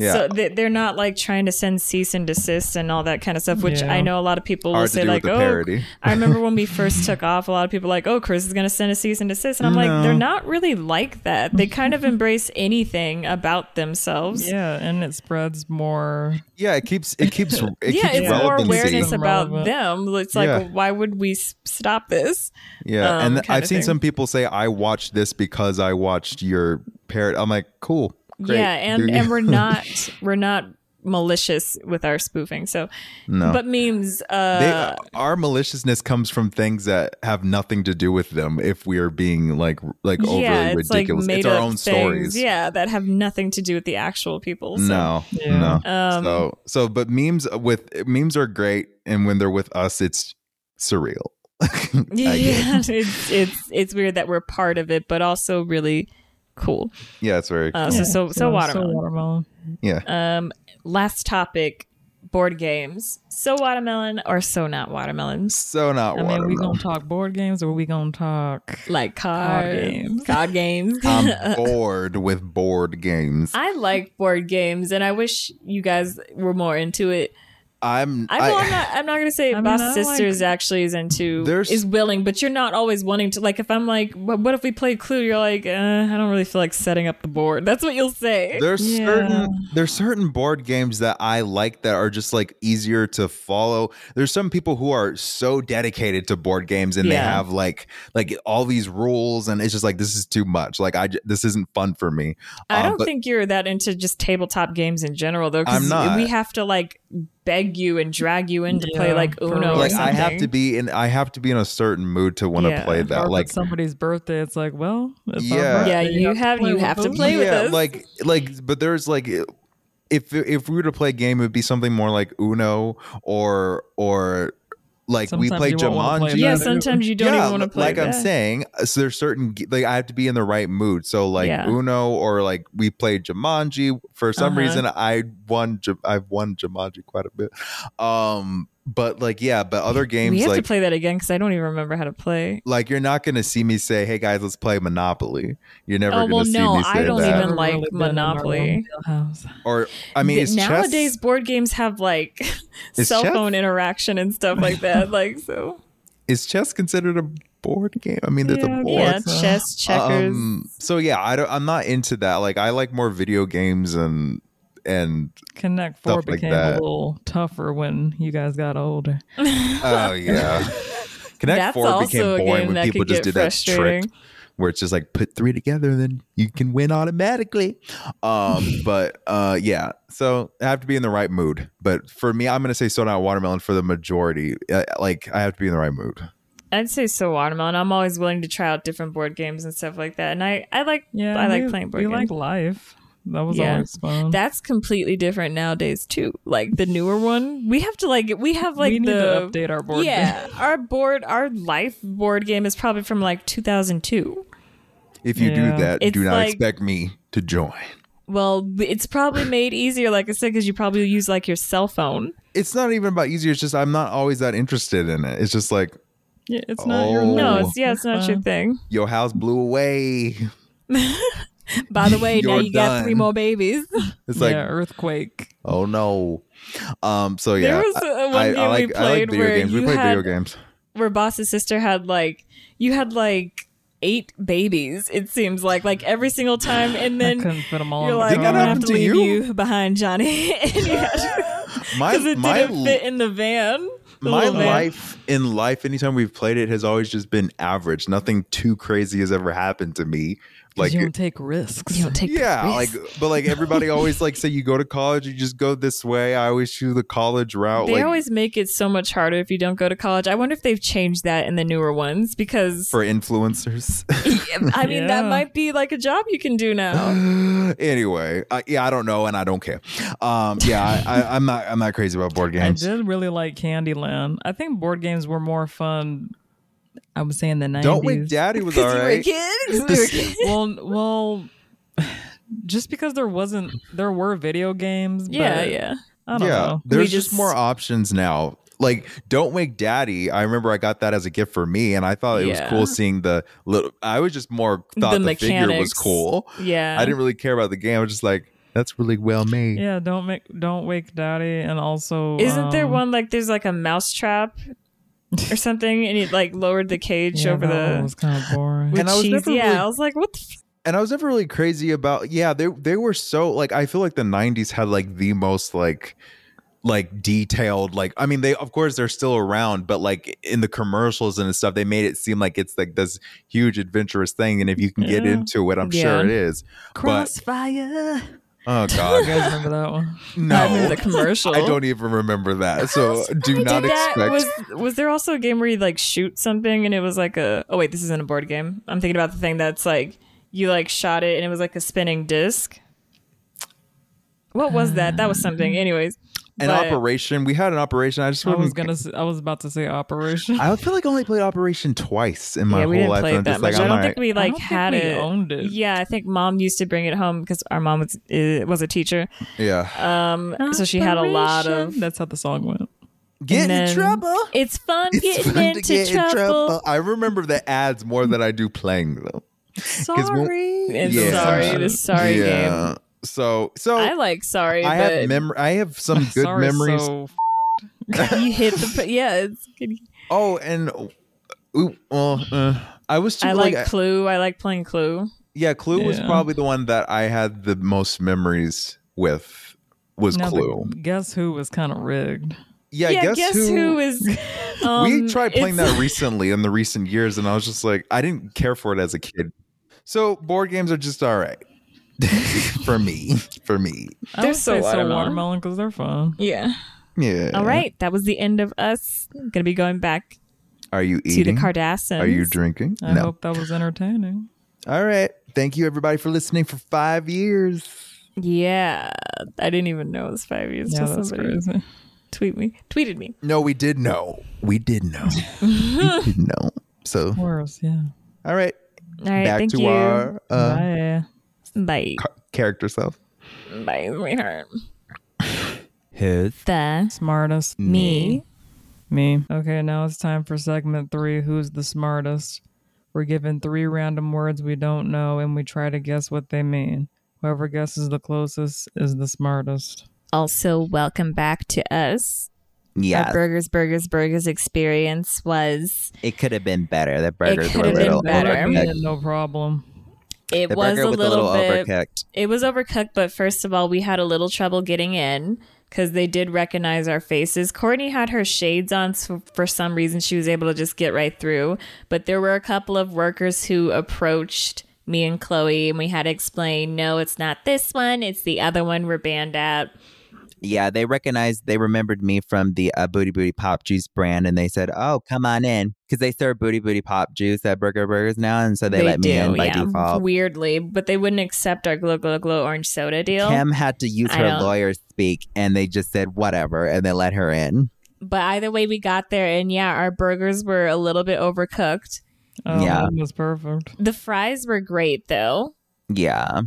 yeah,
So they- they're not like trying to send cease and desist and all that kind of stuff, which
Yeah.
I know a lot of people will
hard to
say
do
like,
with the
"Oh,
parody.
I remember when we first took off, a lot of people were like, oh, Chris is going to send a cease and desist. And I'm like, they're not really like that.
*laughs*
They kind of embrace anything about themselves.
yeah, and it spreads more.
Yeah, it keeps it keeps it
Yeah,
keeps
it's more
relevancy.
awareness
Something
about
relevant.
them. It's like,
Yeah.
well, why would we s- stop this?
Yeah,
um,
and th-
kind
I've
of
seen
thing.
some people say I watched this because I watched your parrot. I'm like, cool, great.
yeah,
do
and
you.
and we're not we're not malicious with our spoofing. So,
No.
but memes.
They-
Uh,
our maliciousness comes from things that have nothing to do with them. If we are being like like overly
yeah, it's
ridiculous,
like made
it's our
up
own
things.
stories.
Yeah, that have nothing to do with the actual people. So.
no,
Yeah.
no.
Um,
so so but memes with memes are great and when they're with us it's surreal I guess.
*laughs* Yeah, it's it's it's weird that we're part of it, but also really cool.
yeah it's very
Uh,
cool.
so so so
Yeah,
watermelon.
watermelon.
yeah
um, last topic: board games. So watermelon or so not watermelons?
so not
I mean, we
watermelon
gonna talk board games or we gonna talk?
Like cards,
games.
card games.
*laughs*
*laughs*
i'm bored with board games
I like board games, and I wish you guys were more into it.
i'm
I, well, I'm not. I'm not gonna *laughs* say.
I mean,
Boss
I
Sisters
like-
actually is into
There's-
is willing, but you're not always wanting to. Like if I'm like, "Wh- what if we play Clue? You're like, uh, I don't really feel like setting up the board. That's what you'll say.
there's
Yeah.
certain there's certain board games that I like that are just like easier to follow. There's some people who are so dedicated to board games and they
Yeah.
have like like all these rules and it's just like this is too much. Like I j- this isn't fun for me.
I
Um,
don't
but-
think you're that into just tabletop games in general, though. 'cause
I'm not.
We have to like beg you and drag you in to play
Yeah,
like
for
Uno
real.
or
like
something.
I have to be in I have to be in a certain mood to want to
Yeah.
play that.
Or if
Like
it's somebody's birthday, it's like, well, it's our
Yeah.
Yeah,
birthday,
you have you
with
have to
us.
play with
yeah,
us.
like like but there's like if if we were to play a game it would be something more like Uno or or like we
Sometimes
play
you won't wanna play
Jumanji.
that.
yeah, sometimes you don't even want to
l-
play.
like I'm
that.
saying, uh, so there's certain g- like I have to be in the right mood. So like
Yeah.
Uno or like we played Jumanji. For some
Uh-huh.
reason, I won. Ju- I've won Jumanji quite a bit. Um, but like yeah, but other
we
games
have
like
to play that again because I don't even remember how to play.
like you're not gonna see me say, "Hey guys, let's play Monopoly." You're never
Oh,
gonna
well,
see
no,
me
I
say
don't
that.
even- like
Really been in our
Monopoly.
own wheelhouse.
or I mean,
Th-
it's chess-
nowadays board games have like *laughs*
Is
cell
chess-
phone interaction and stuff like that. Like so,
is chess considered a board game? I mean, there's
Yeah,
a board.
yeah,
so-
chess, checkers.
Um, so yeah, I don't. I'm not into that. Like I like more video games and and
Connect Four
Stuff like
became a
that.
little tougher when you guys got older.
*laughs*
Oh yeah. Connect
That's
Four became
also a game
boring
that
when people
could
just
get
did that trick
frustrating.
where it's just like put three together and then you can win automatically.
*laughs*
Um, but uh, yeah, so I have to be in the right mood. But for me, I'm gonna say soda and watermelon for the majority. Uh, like I have to be in the right mood.
I'd say so watermelon. I'm always willing to try out different board games and stuff like that. And I, I like
Yeah,
I like
we-
playing board
We
games.
like life. That was
Yeah.
always fun.
That's completely different nowadays too. Like the newer one, we have to like we have like
we need
the
to update our board.
yeah
game.
*laughs* our board our life board game is probably from like 2002.
If you
Yeah.
do that,
It's
do not
like-
expect me to join.
Well, it's probably made easier, like I said, because you probably use like your cell phone.
It's not even about easier. It's just I'm not always that interested in it. It's just like
Yeah, it's not your. Uh,
Oh.
No,
life.
it's yeah, it's not your
fun.
thing.
your house blew away.
By the *laughs* way, now
You're
you got three
done.
more babies. *laughs*
It's like
yeah, earthquake.
oh no. Um. So yeah,
There was uh, one
I, I
game
like
we
I like
played
video
where
games.
you
we played
had
video games.
where boss's sister had like you had like eight babies it seems like like every single time *sighs* and
I
then
couldn't fit them all.
you're
in
like
Didn't
i'm
that
gonna have
happen
to, leave
to
*laughs*
you?" *laughs*
you behind johnny because
My
it
my
didn't fit in the van
my
little man.
life in life anytime we've played it has always just been average nothing too crazy has ever happened to me like
you don't take risks.
You don't take the
yeah like
risk.
but like everybody always like say you go to college you just go this way i always choose the college route
They
uh, like
always make it so much harder if you don't go to college. I wonder if they've changed that in the newer ones because *laughs*
for influencers
I mean that
Yeah.
might be like a job you can do
*gasps*
now.
*laughs* anyway I, yeah i don't know and i don't care um yeah I, I, i'm not i'm not crazy about board
I
games
did really like Candyland. I think board games were more fun. I was saying the 90s.
don't wake daddy
*laughs*
was all
Because you were
right *laughs*
kids. We were kids.
*laughs* well, well, *sighs* just because there wasn't, there were video games.
*laughs* Yeah,
but
yeah.
I don't
yeah,
know.
We
there's just,
just-
more options now. Like, don't wake daddy. I remember I got that as a gift for me, and I thought it was
Yeah.
cool seeing the little. I was just more thought the,
The
figure was
mechanics.
cool.
Yeah.
I didn't really care about the game. I was just like, that's really well made.
Yeah, don't make, don't wake daddy, and also
Isn't there
um,
one like there's like a mouse trap or something and it like lowered the cage
Yeah,
over
that one
the
was kind of boring.
with
And I was
cheese?
never
Yeah,
really-
I was like, what the f-
And I was never really crazy about. Yeah, they they were so like. I feel like the '90s had like the most like like detailed like i mean they of course they're still around but like in the commercials and stuff they made it seem like it's like this huge adventurous thing and if you can get
Yeah.
into it i'm
Yeah.
sure it is
Crossfire.
*laughs*
Oh
you
God,
guys remember that one?
no!
I remember the commercial.
*laughs* I don't even remember that. So do
Did
not
that
expect.
was was there also a game where you like shoot something and it was like a oh wait this isn't a board game I'm thinking about the thing that's like you like shot it and it was like a spinning disc. What was that? That was something. Anyways,
an
but-
operation. We had an operation. I just
I was
wouldn't-
gonna. Say, I was about to say Operation.
I feel like I only played Operation twice in my
yeah,
whole
we didn't
life.
play
and
it that
I'm just
much.
like,
I
I'm
don't
all
think
right.
we like
don't think
had
we
it.
owned it.
Yeah, I think mom used to bring it home because our mom was uh, was a teacher.
yeah.
Um, so she had a lot of.
That's how the song went.
and
Get in
then-
trouble.
It's fun
It's
getting
fun to
into
get in
trouble.
I remember the ads more than I do playing them. 'Cause when-
And
Yeah.
sorry, the sorry game.
yeah. So so
I
I,
like sorry,
have mem- I
*laughs*
have some good
Sorry,
memories.
So f-
but *laughs* you hit the yeah.
*laughs*
It's good.
Oh, and ooh, well, uh, I was too
I like
I-
Clue. I like playing Clue.
Yeah, Clue was
Yeah.
probably the one that I had the most memories with. Was
now the
Clue?
guess who was kind of rigged?
yeah, guess, who?
is? Um,
*laughs* we tried playing
it's-
that recently in the recent years, and I was just like, I didn't care for it as a kid. So board games are just all right *laughs* for me. For me,
I
They're
would
so
say so
watermelon.
watermelon because they're fun.
*laughs* Yeah.
yeah.
All right. That was the end of us. I'm gonna be going back
Are you
to the
eating?
Cardassians.
are you drinking?
I hope that was
*laughs*
entertaining.
All right. Thank you everybody for listening for five years.
Yeah. I didn't even know it was five years.
yeah,
till
that's
somebody
crazy.
tweet me. Tweeted me.
No, we did know. We
*laughs*
did know. we did know. So
Worse, yeah.
all right.
All right.
Back
thank
to
you.
our uh,
Bye.
Bye.
ca- character self.
Bye, sweetheart.
Who's
The
Smartest
me.
me. Okay, now it's time for segment three. Who's the smartest? We're given three random words we don't know, and we try to guess what they mean. Whoever guesses the closest is the smartest.
Also, welcome back to us. Our
Yeah,
Burgers, Burgers, Burgers experience was
it could have been better. The burgers were a
could've been
little
better.
Well, that
overcooked.
means no problem.
it
The
was
burger
a
was
little,
a
bit
little overcooked.
it was overcooked, but first of all, we had a little trouble getting in because they did recognize our faces. Courtney had her shades on, so for some reason, she was able to just get right through. But there were a couple of workers who approached me and Chloe, and we had to explain no, it's not this one, it's the other one we're banned at.
Yeah, they recognized, they remembered me from the uh, Booty Booty Pop Juice brand, and they said, "Oh, come on in," because they serve Booty Booty Pop Juice at Burger Burgers now, and so they, let me in by default.
Weirdly, but they wouldn't accept our glow, glow, glow orange soda deal.
Kim had to use
I
her
don't-
lawyer speak, and they just said whatever, and they let her in.
but either way, we got there, and yeah, our burgers were a little bit overcooked.
Oh,
Yeah.
that was perfect.
The fries were great, though.
Yeah,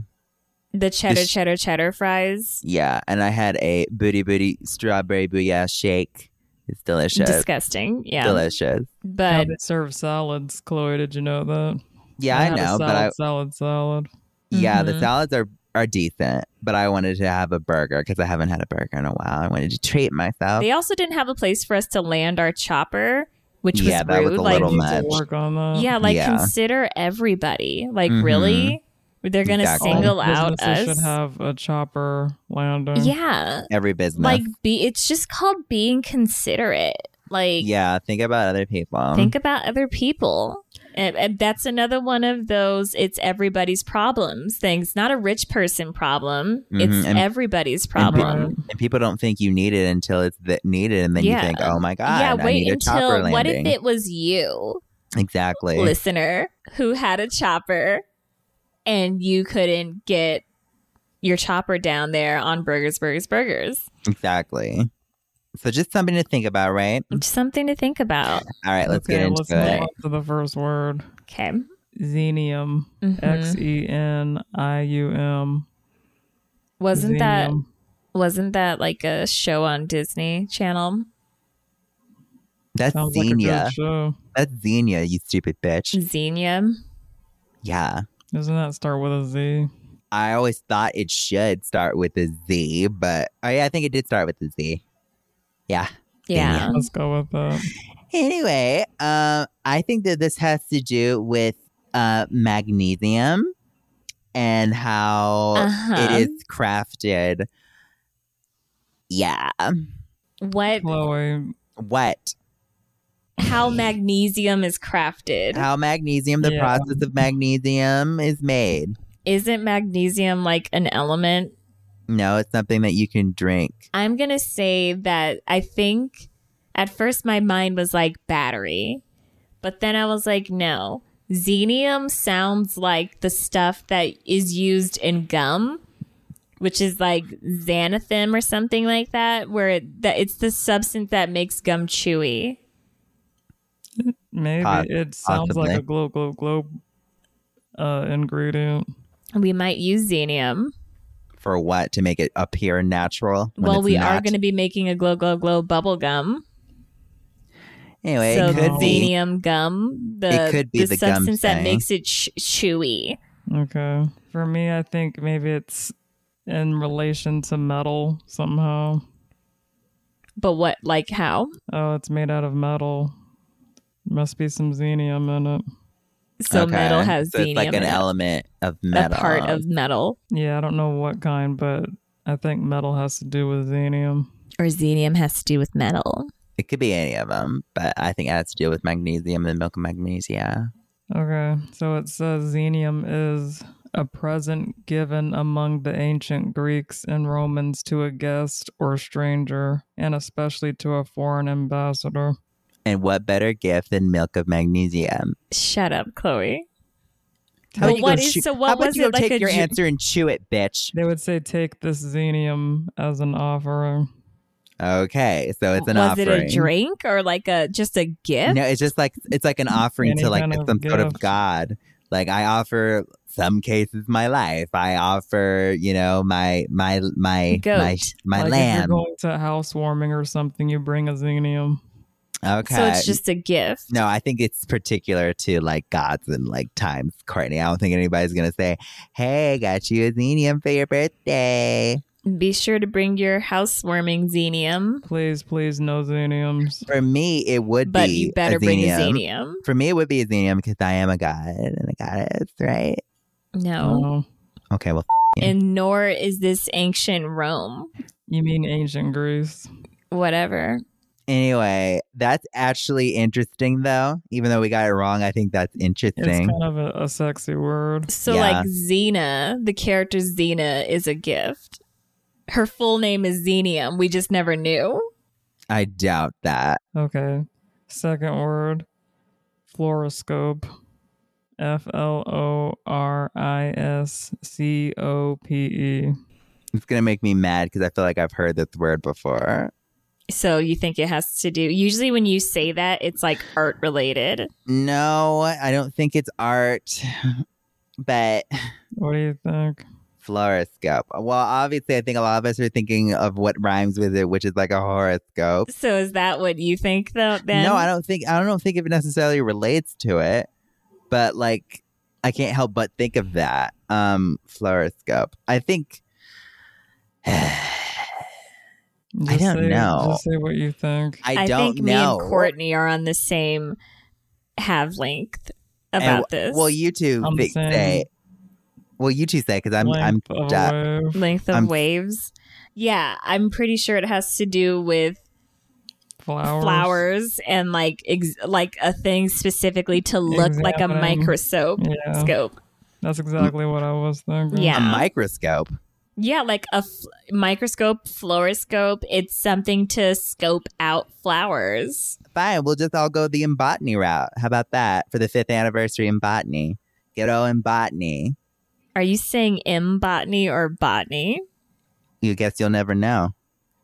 The cheddar,
This-
cheddar, cheddar fries.
yeah, and I had a Booty Booty Strawberry Booyah shake. It's delicious,
Disgusting. Yeah.
delicious.
How
But
they serve salads, Chloe. Did you know that?
Yeah,
They
I
had a
know, but I
salad, salad, salad.
yeah, the
Mhm.
salads are are decent, but I wanted to have a burger because I haven't had a burger in a while. I wanted to treat myself.
they also didn't have a place for us to land our chopper, which was
Yeah,
rude.
that was a
like,
little
Need to
much.
work on that.
yeah, like
Yeah. Mm-hmm.
consider everybody. Like,
Mhm.
really? They're gonna
Exactly.
All
single out
businesses
us?
Should have a chopper landing.
yeah.
Every business,
Like be it's just called being considerate. Like,
Yeah, think about other people.
think about other people. And, and that's another one of those it's everybody's problems things. Not a rich person problem.
Mhm,
It's
and-
everybody's
and people-
problem.
And people don't think you need it until it's th- needed, and then
Yeah.
you think, "Oh my god,
yeah,
I
wait
need a chopper
until
landing."
what if it was you,
exactly.
listener, who had a chopper and you couldn't get your chopper down there on burgers, burgers, burgers.
Exactly. So just something to think about, right?
It's something to think about.
All right, let's
okay,
get into
let's move
it.
on to the first word.
Okay.
Xenium.
Mhm.
X E N I U M.
Wasn't that
Xenium.
wasn't that like a show on Disney Channel?
That's
Sounds like a
Xenia.
good show.
That's Xenia, you stupid bitch.
Xenia.
Yeah.
Doesn't that start with a Z?
I always thought it should start with a Z, but oh yeah, I think it did start with a Z. Yeah.
Yeah.
Xenia.
Let's go with that.
Anyway, um, I think that this has to do with uh, magnesium and how
Uh-huh.
it is crafted. Yeah.
What
Chloe.
What? *laughs*
how magnesium is crafted.
How magnesium, the
Yeah.
process of magnesium is made.
Isn't magnesium like an element?
No, it's something that you can drink.
I'm going to say that I think at first my mind was like battery, but then I was like, no. Xenium sounds like the stuff that is used in gum, which is like xanthan or something like that, where it, that it's the substance that makes gum chewy.
Maybe
Pos-
it sounds like
possibly.
a glow, glow, glow uh, ingredient.
We might use xenium.
For what? To make it appear natural? when
well,
it's
we are
not?
going to be making a glow, glow, glow bubble gum.
Anyway,
so
it could be.
xenium gum, the,
It could be
the,
the gum
substance that
thing.
makes it ch- chewy.
Okay. For me, I think maybe it's in relation to metal somehow.
But what, like how?
Oh, it's made out of metal. Must be some xenium in it.
So
Okay.
metal has
So
xenium,
It's like an
in it,
element of
a
metal.
part of metal,
Yeah, I don't know what kind, but I think metal has to do with xenium.
or xenium has to do with metal.
It could be any of them, but I think it has to do with magnesium and milk of magnesia.
Okay, so it says xenium is a present given among the ancient Greeks and Romans to a guest or stranger, and especially to a foreign ambassador.
And what better gift than milk of magnesia?
Shut up, Chloe.
How
But
about you
what
go
is-
chew-
so what
how about
was
you go
it, like
take
a
your
ju-
answer and chew it, bitch?
They would say, Take this xenium as an offering.
Okay, so it's an
Was
offering.
it a drink or like a just a gift?
No, it's just like it's
*laughs*
like an offering
Any
to like
kind of
some sort of
gift.
god. Like I offer some cases my life. I offer, you know, my my my my
Goat.
my
like If you're
lamb.
going to a housewarming or something, you bring a xenium.
Okay.
So it's just a gift.
No, I think it's particular to like gods and like times, Courtney. I don't think anybody's gonna say, "Hey, got you a xenium for your birthday."
Be sure to bring your housewarming xenium,
Please, please, no xeniums.
For me, it would
but
be
you better bring a xenium.
For me, it would be a xenium because I am a god and a goddess, right? Oh.
No.
No.
Okay, well, Yeah.
And nor is this ancient Rome.
You mean ancient Greece?
Whatever.
anyway, that's actually interesting though. Even though we got it wrong, I think that's
It's
interesting.
kind of a, a sexy word.
So
Yeah.
like Xena, the character Xena is a gift. Her full name is Xenium. We just never knew.
I doubt that.
Okay. Second word, fluoroscope. F L O R I S C O P E.
It's gonna make me mad because I feel like I've heard this word before.
So you think it has to do usually when you say that it's like art related.
No, I don't think it's art, *sighs* but
What do you think?
Fluoroscope. Well, obviously, I think a lot of us are thinking of what rhymes with it, which is like a horoscope.
So is that what you think though then?
No, I don't think I don't think it necessarily relates to it, but like I can't help but think of that. Um, fluoroscope. I think. *sighs*
Just
don't
say,
know.
Just say what you think.
I,
I
don't
think me
know.
and Courtney are on the same have length
And
about
w-
this.
Well, you two
I'm
fi-
saying-
say. Well, you two say because I'm I'm
Length of a
done.
wave.
length of
I'm-
waves. Yeah, I'm pretty sure it has to do with
flowers.
flowers and like ex- like a thing specifically to look like a
Examine.
microscope
Yeah.
Oh.
scope.
That's exactly what I was thinking.
Yeah.
A microscope.
Yeah, like a f- microscope, fluoroscope. It's something to scope out flowers.
Fine, we'll just all go the in botany route. How about that for the fifth anniversary in botany? Ghetto in botany.
Are you saying M botany or botany?
You guess you'll never know,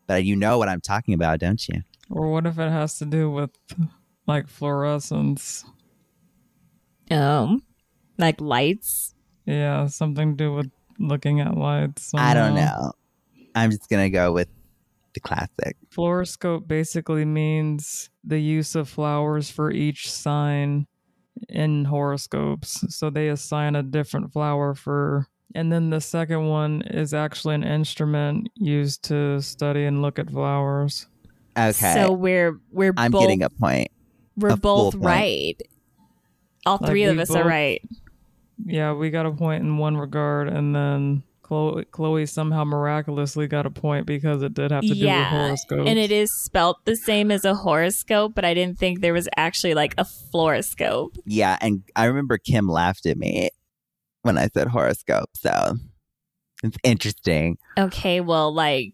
but you know what I'm talking about, don't you?
Or what if it has to do with like fluorescence?
Oh.
Um, like lights.
Yeah, something to do with looking at lights. Um,
I don't
somehow.
know. I'm just gonna go with the classic.
Fluoroscope basically means the use of flowers for each sign in horoscopes. So they assign a different flower for. And then the second one is actually an instrument used to study and look at flowers.
Okay,
So we're we're
I'm
both
getting a point.
we're
a full
both
point.
right. All
Like,
three of
we
us
both-
are right.
Yeah, we got a point in one regard, and then Chloe, Chloe somehow miraculously got a point because it did have to do
Yeah,
with horoscopes.
And it is spelt the same as a horoscope, but I didn't think there was actually like a fluoroscope.
Yeah, and I remember Kim laughed at me when I said horoscope. So it's interesting.
Okay, well, like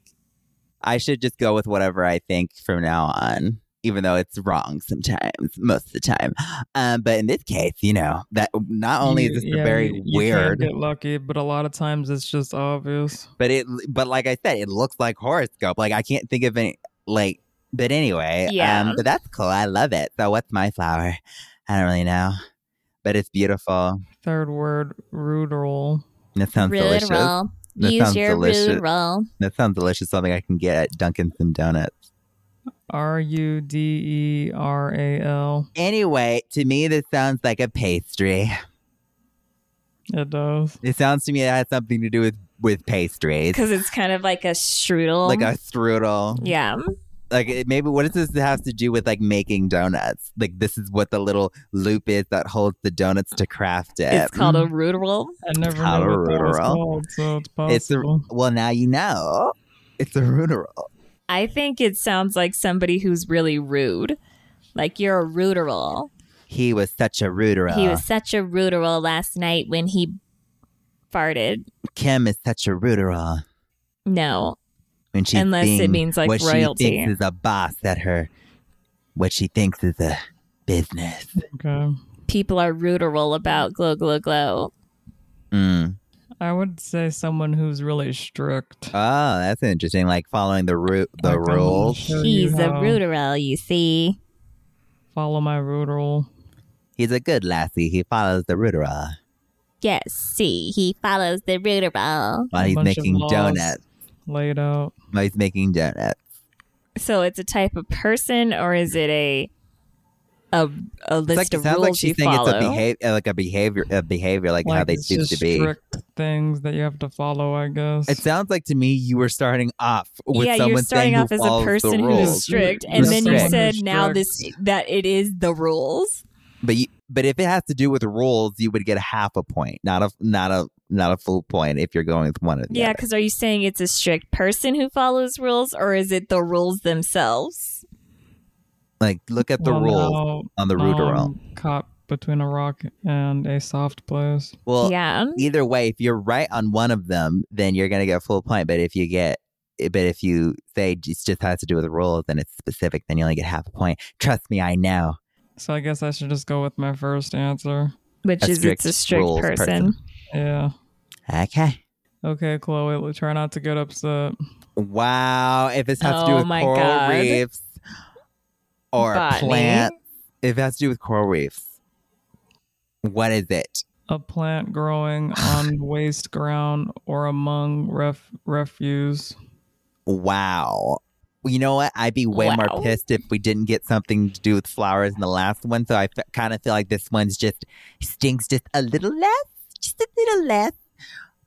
I should just go with whatever I think from now on, even though it's wrong sometimes, most of the time. Um, but in this case, you know that not only
You-
is this
yeah,
a very
you- you can
weird,
get lucky, but a lot of times it's just obvious.
but it, but like I said, it looks like horoscope. Like I can't think of any like. But anyway,
Yeah.
um, but that's cool. I love it. So what's my flower? I don't really know, but it's beautiful.
Third word, ruderal.
And it sounds delicious.
rural.
That
Use
sounds
your
delicious.
rural.
That sounds delicious. Something I can get at Dunkin' Some Donuts.
R U D E R A L.
Anyway, to me, this sounds like a pastry.
It does.
It sounds to me it has something to do with with pastries,
Because it's kind of like a strudel.
like a strudel.
yeah.
Like it, maybe what does this have to do with like making donuts? Like this is what the little loop is that holds the donuts to craft it.
It's called a ruderal.
I never knew what that was
Ruderal.
called, so it's
It's a
possible.
well. Now you know. It's a ruderal.
I think it sounds like somebody who's really rude. Like you're a ruderal.
He was such a ruderal.
He was such a ruderal last night when he farted.
Kim is such a ruderal.
No.
when she
Unless it
thinks-
means, like,
what
royalty.
she thinks is a boss at her what she thinks is a business
okay.
People are ruderal about glow glow glow.
mm.
I would say someone who's really strict.
oh that's interesting like following the ru- the
Like, I'm gonna
rules
show you
He's a
how-
ruderal, you see.
Follow my ruderal.
he's a good lassie he follows the ruderal
Yes, see, he follows the ruderal.
while
A
he's
bunch of
making
laws.
donuts
Laid out.
while he's making donuts
So it's a type of person, or is it a a, a
it's
list
like, it
of
sounds
rules
like she's
you
saying
follow?
it's a behavior like a behavior a behavior like, how they
it's
choose to
just
be
Strict things that you have to follow, I guess.
it sounds like to me you were starting off with
yeah,
someone
you're starting
saying who
off as a
follows the
person
rules.
who's strict, and
Who's
then you
strict.
said
Who's
now
strict.
this that it is the rules.
But you, but if it has to do with rules, you would get a half a point, not a not a not a full point if you're going with one of the
Yeah,
other.
because are you saying it's a strict person who follows rules, or is it the rules themselves?
Like look at the
Well,
rules
now-
on the
now
ruderal.
Um,
I'm Caught um, between a rock and a soft place.
well,
yeah,
either way, if you're right on one of them, then you're gonna get a full point. But if you get but if you say it just has to do with rules and it's specific, then you only get half a point. Trust me, I know.
So I guess I should just go with my first answer.
which
a
is
strict
it's a strict
rules
person.
person.
Yeah.
Okay.
Okay, Chloe, l- try not to get upset.
Wow. If this has to do
Oh
with
my
coral
God.
reefs or a
Botany?
plant, if it has to do with coral reefs, what is it?
A
*laughs*
plant growing on waste ground or among ref- refuse.
Wow. You know what? I'd be way
Wow.
more pissed if we didn't get something to do with flowers in the last one. So I f- kind of feel like this one's just stinks just a little less, just a little less.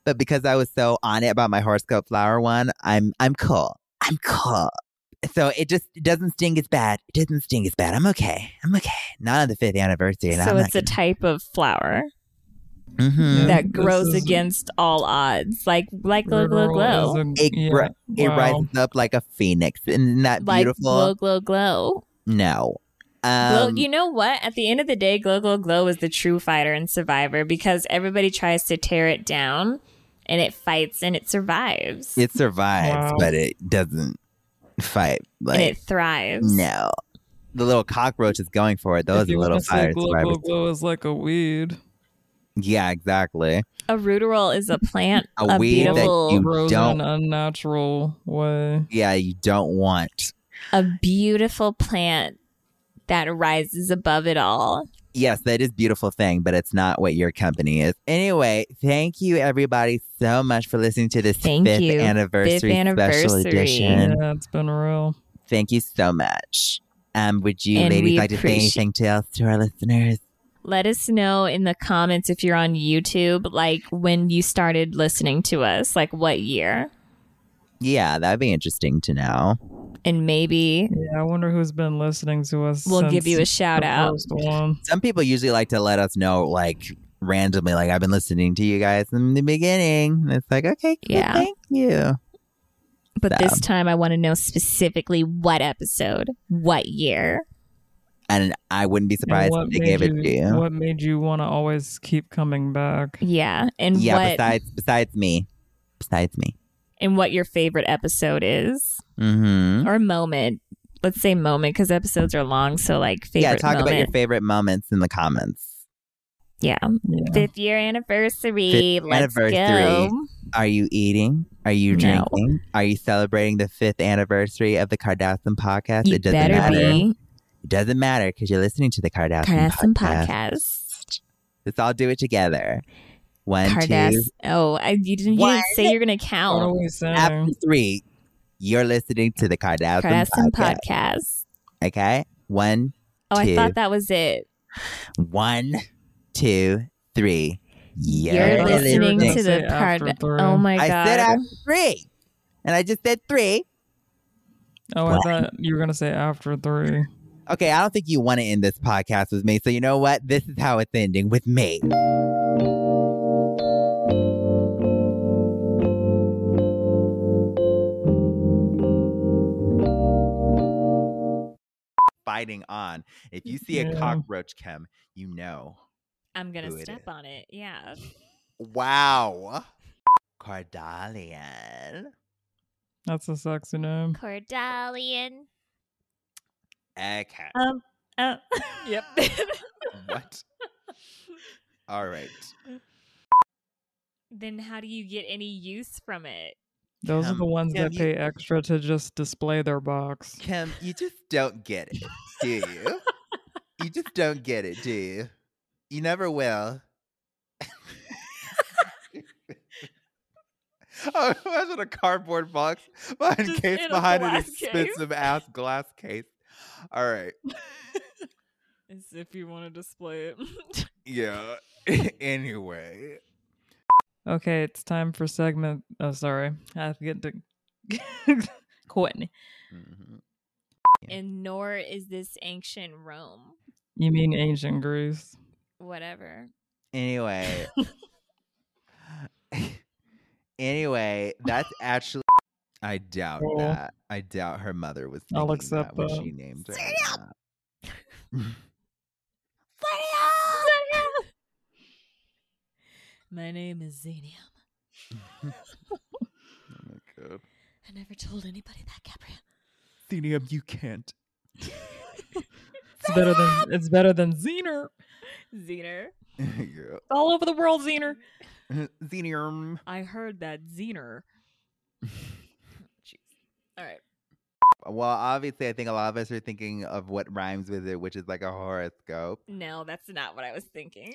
But because I was so on it about my horoscope flower one, I'm I'm cool. I'm cool. So it just it doesn't sting as bad. It doesn't sting as bad. I'm okay. I'm okay. Not on the fifth anniversary. and
so
I'm
it's
not
a type of flower.
gonna- Mhm.
that
This
grows
is-
against all odds. Like like glow glow
Literal
glow.
is a-
It
yeah,
gra- It
wow.
rises up like a phoenix. Isn't that
Like
beautiful?
glow glow glow.
no.
Glow-
Um,
you know what? At the end of the day, glow glow glow is the true fighter and survivor because everybody tries to tear it down and it fights and it survives.
it survives,
Wow.
but it doesn't fight. Like
and it thrives.
no, the little cockroach is going for it.
If
Those
you
are little
wanna say
fire
glow,
survivors.
glow, glow is like a weed.
Yeah, exactly.
A ruderal is a plant,
A
a,
weed that
beautiful,
You
grows
don't-
in an unnatural way.
Yeah, you don't want.
a beautiful plant that rises above it all.
Yes, that is beautiful thing, but it's not what your company is. Anyway, thank you everybody so much for listening to this
Thank
fifth
you.
anniversary
Fifth
special
anniversary.
edition.
yeah, it's been real.
Thank you so much. Um, would you
And
ladies
we
like to say
appreciate-
anything to else to our listeners?
Let us know in the comments if you're on YouTube, like when you started listening to us, like what year,
Yeah, that'd be interesting to know.
and maybe
Yeah, I wonder who's been listening to us.
we'll give
since
you a shout
the
out.
First
*laughs*
one.
Some people usually like to let us know, like randomly, like I've been listening to you guys in the beginning. And it's like, okay, cool,
Yeah.
thank you.
But
So.
this time, I want to know specifically what episode, what year.
And I wouldn't be
And
surprised
what
if they
made
gave it to you.
What made you want to always keep coming back?
Yeah, and
yeah,
what
besides besides me, besides me.
and what your favorite episode is
Mm-hmm.
or moment. Let's say moment because episodes are long, so like favorite
Yeah, talk
moment.
about your favorite moments in the comments.
yeah.
Yeah.
Fifth year anniversary.
Fifth
Let's
anniversary.
go.
Are you eating? Are you
No.
drinking? Are you celebrating the fifth anniversary of the Kardashian podcast?
You
it doesn't
better
matter.
be
It doesn't matter because you're listening to the Kardashian,
Kardashian
podcast.
podcast.
Let's all do it together. One, two,
Kardashian. Oh, I, you didn't. You
One.
didn't say you're gonna
What are
count.
we saying?
after three. You're listening to the Kardashian,
Kardashian
podcast.
podcast.
Okay, one,
Oh, I
Two.
thought that was it.
one, two, three. You're,
You're
thought you were
listening
gonna
to the
say after
Kardashian.
three.
Oh my
I
god.
said after three, and I just said three.
oh, I
What?
thought you were gonna say after three.
Okay, I don't think you want to end this podcast with me. So you know what? This is how it's ending with me. Fighting on. If you see a
Yeah.
cockroach come, you know.
I'm gonna
Who it
step
is.
on it. Yeah.
Wow. Cardalian.
That's a sexy name.
Cordalian.
Okay.
Um. Oh. yep. *laughs*
what? All right.
then how do you get any use from it?
Those are the
Um,
ones
yeah,
that
you-
pay extra to just display their box.
Kim, you just don't get it, do you? you just don't get it, do you? You never will. *laughs* oh, imagine a cardboard box behind
Just
case
in a
behind an
glass case.
expensive ass glass case. All right.
As if you want to display it. *laughs*
Yeah. *laughs* anyway.
Okay, it's time for segment. Oh, sorry, I have to *laughs* get to Courtney.
Mhm.
and nor is this ancient Rome.
You mean ancient Greece?
Whatever.
Anyway. *laughs* anyway, that's actually I doubt
Well,
that. I doubt her mother was thinking
I'll
that
accept
when
that.
she named her.
Sit
that.
*laughs* My name is Xenium.
Oh my god.
I never told anybody that, Gabriel.
Thenium, you can't. *laughs*
It's better than it's better than Zener.
Xener.
yeah.
All over the
*laughs*
world, Zener.
Thenium.
I heard that Xener. Jeez. All right.
Well, obviously, I think a lot of us are thinking of what rhymes with it, which is like a horoscope.
No, that's not what I was thinking.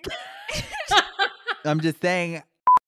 I'm just saying,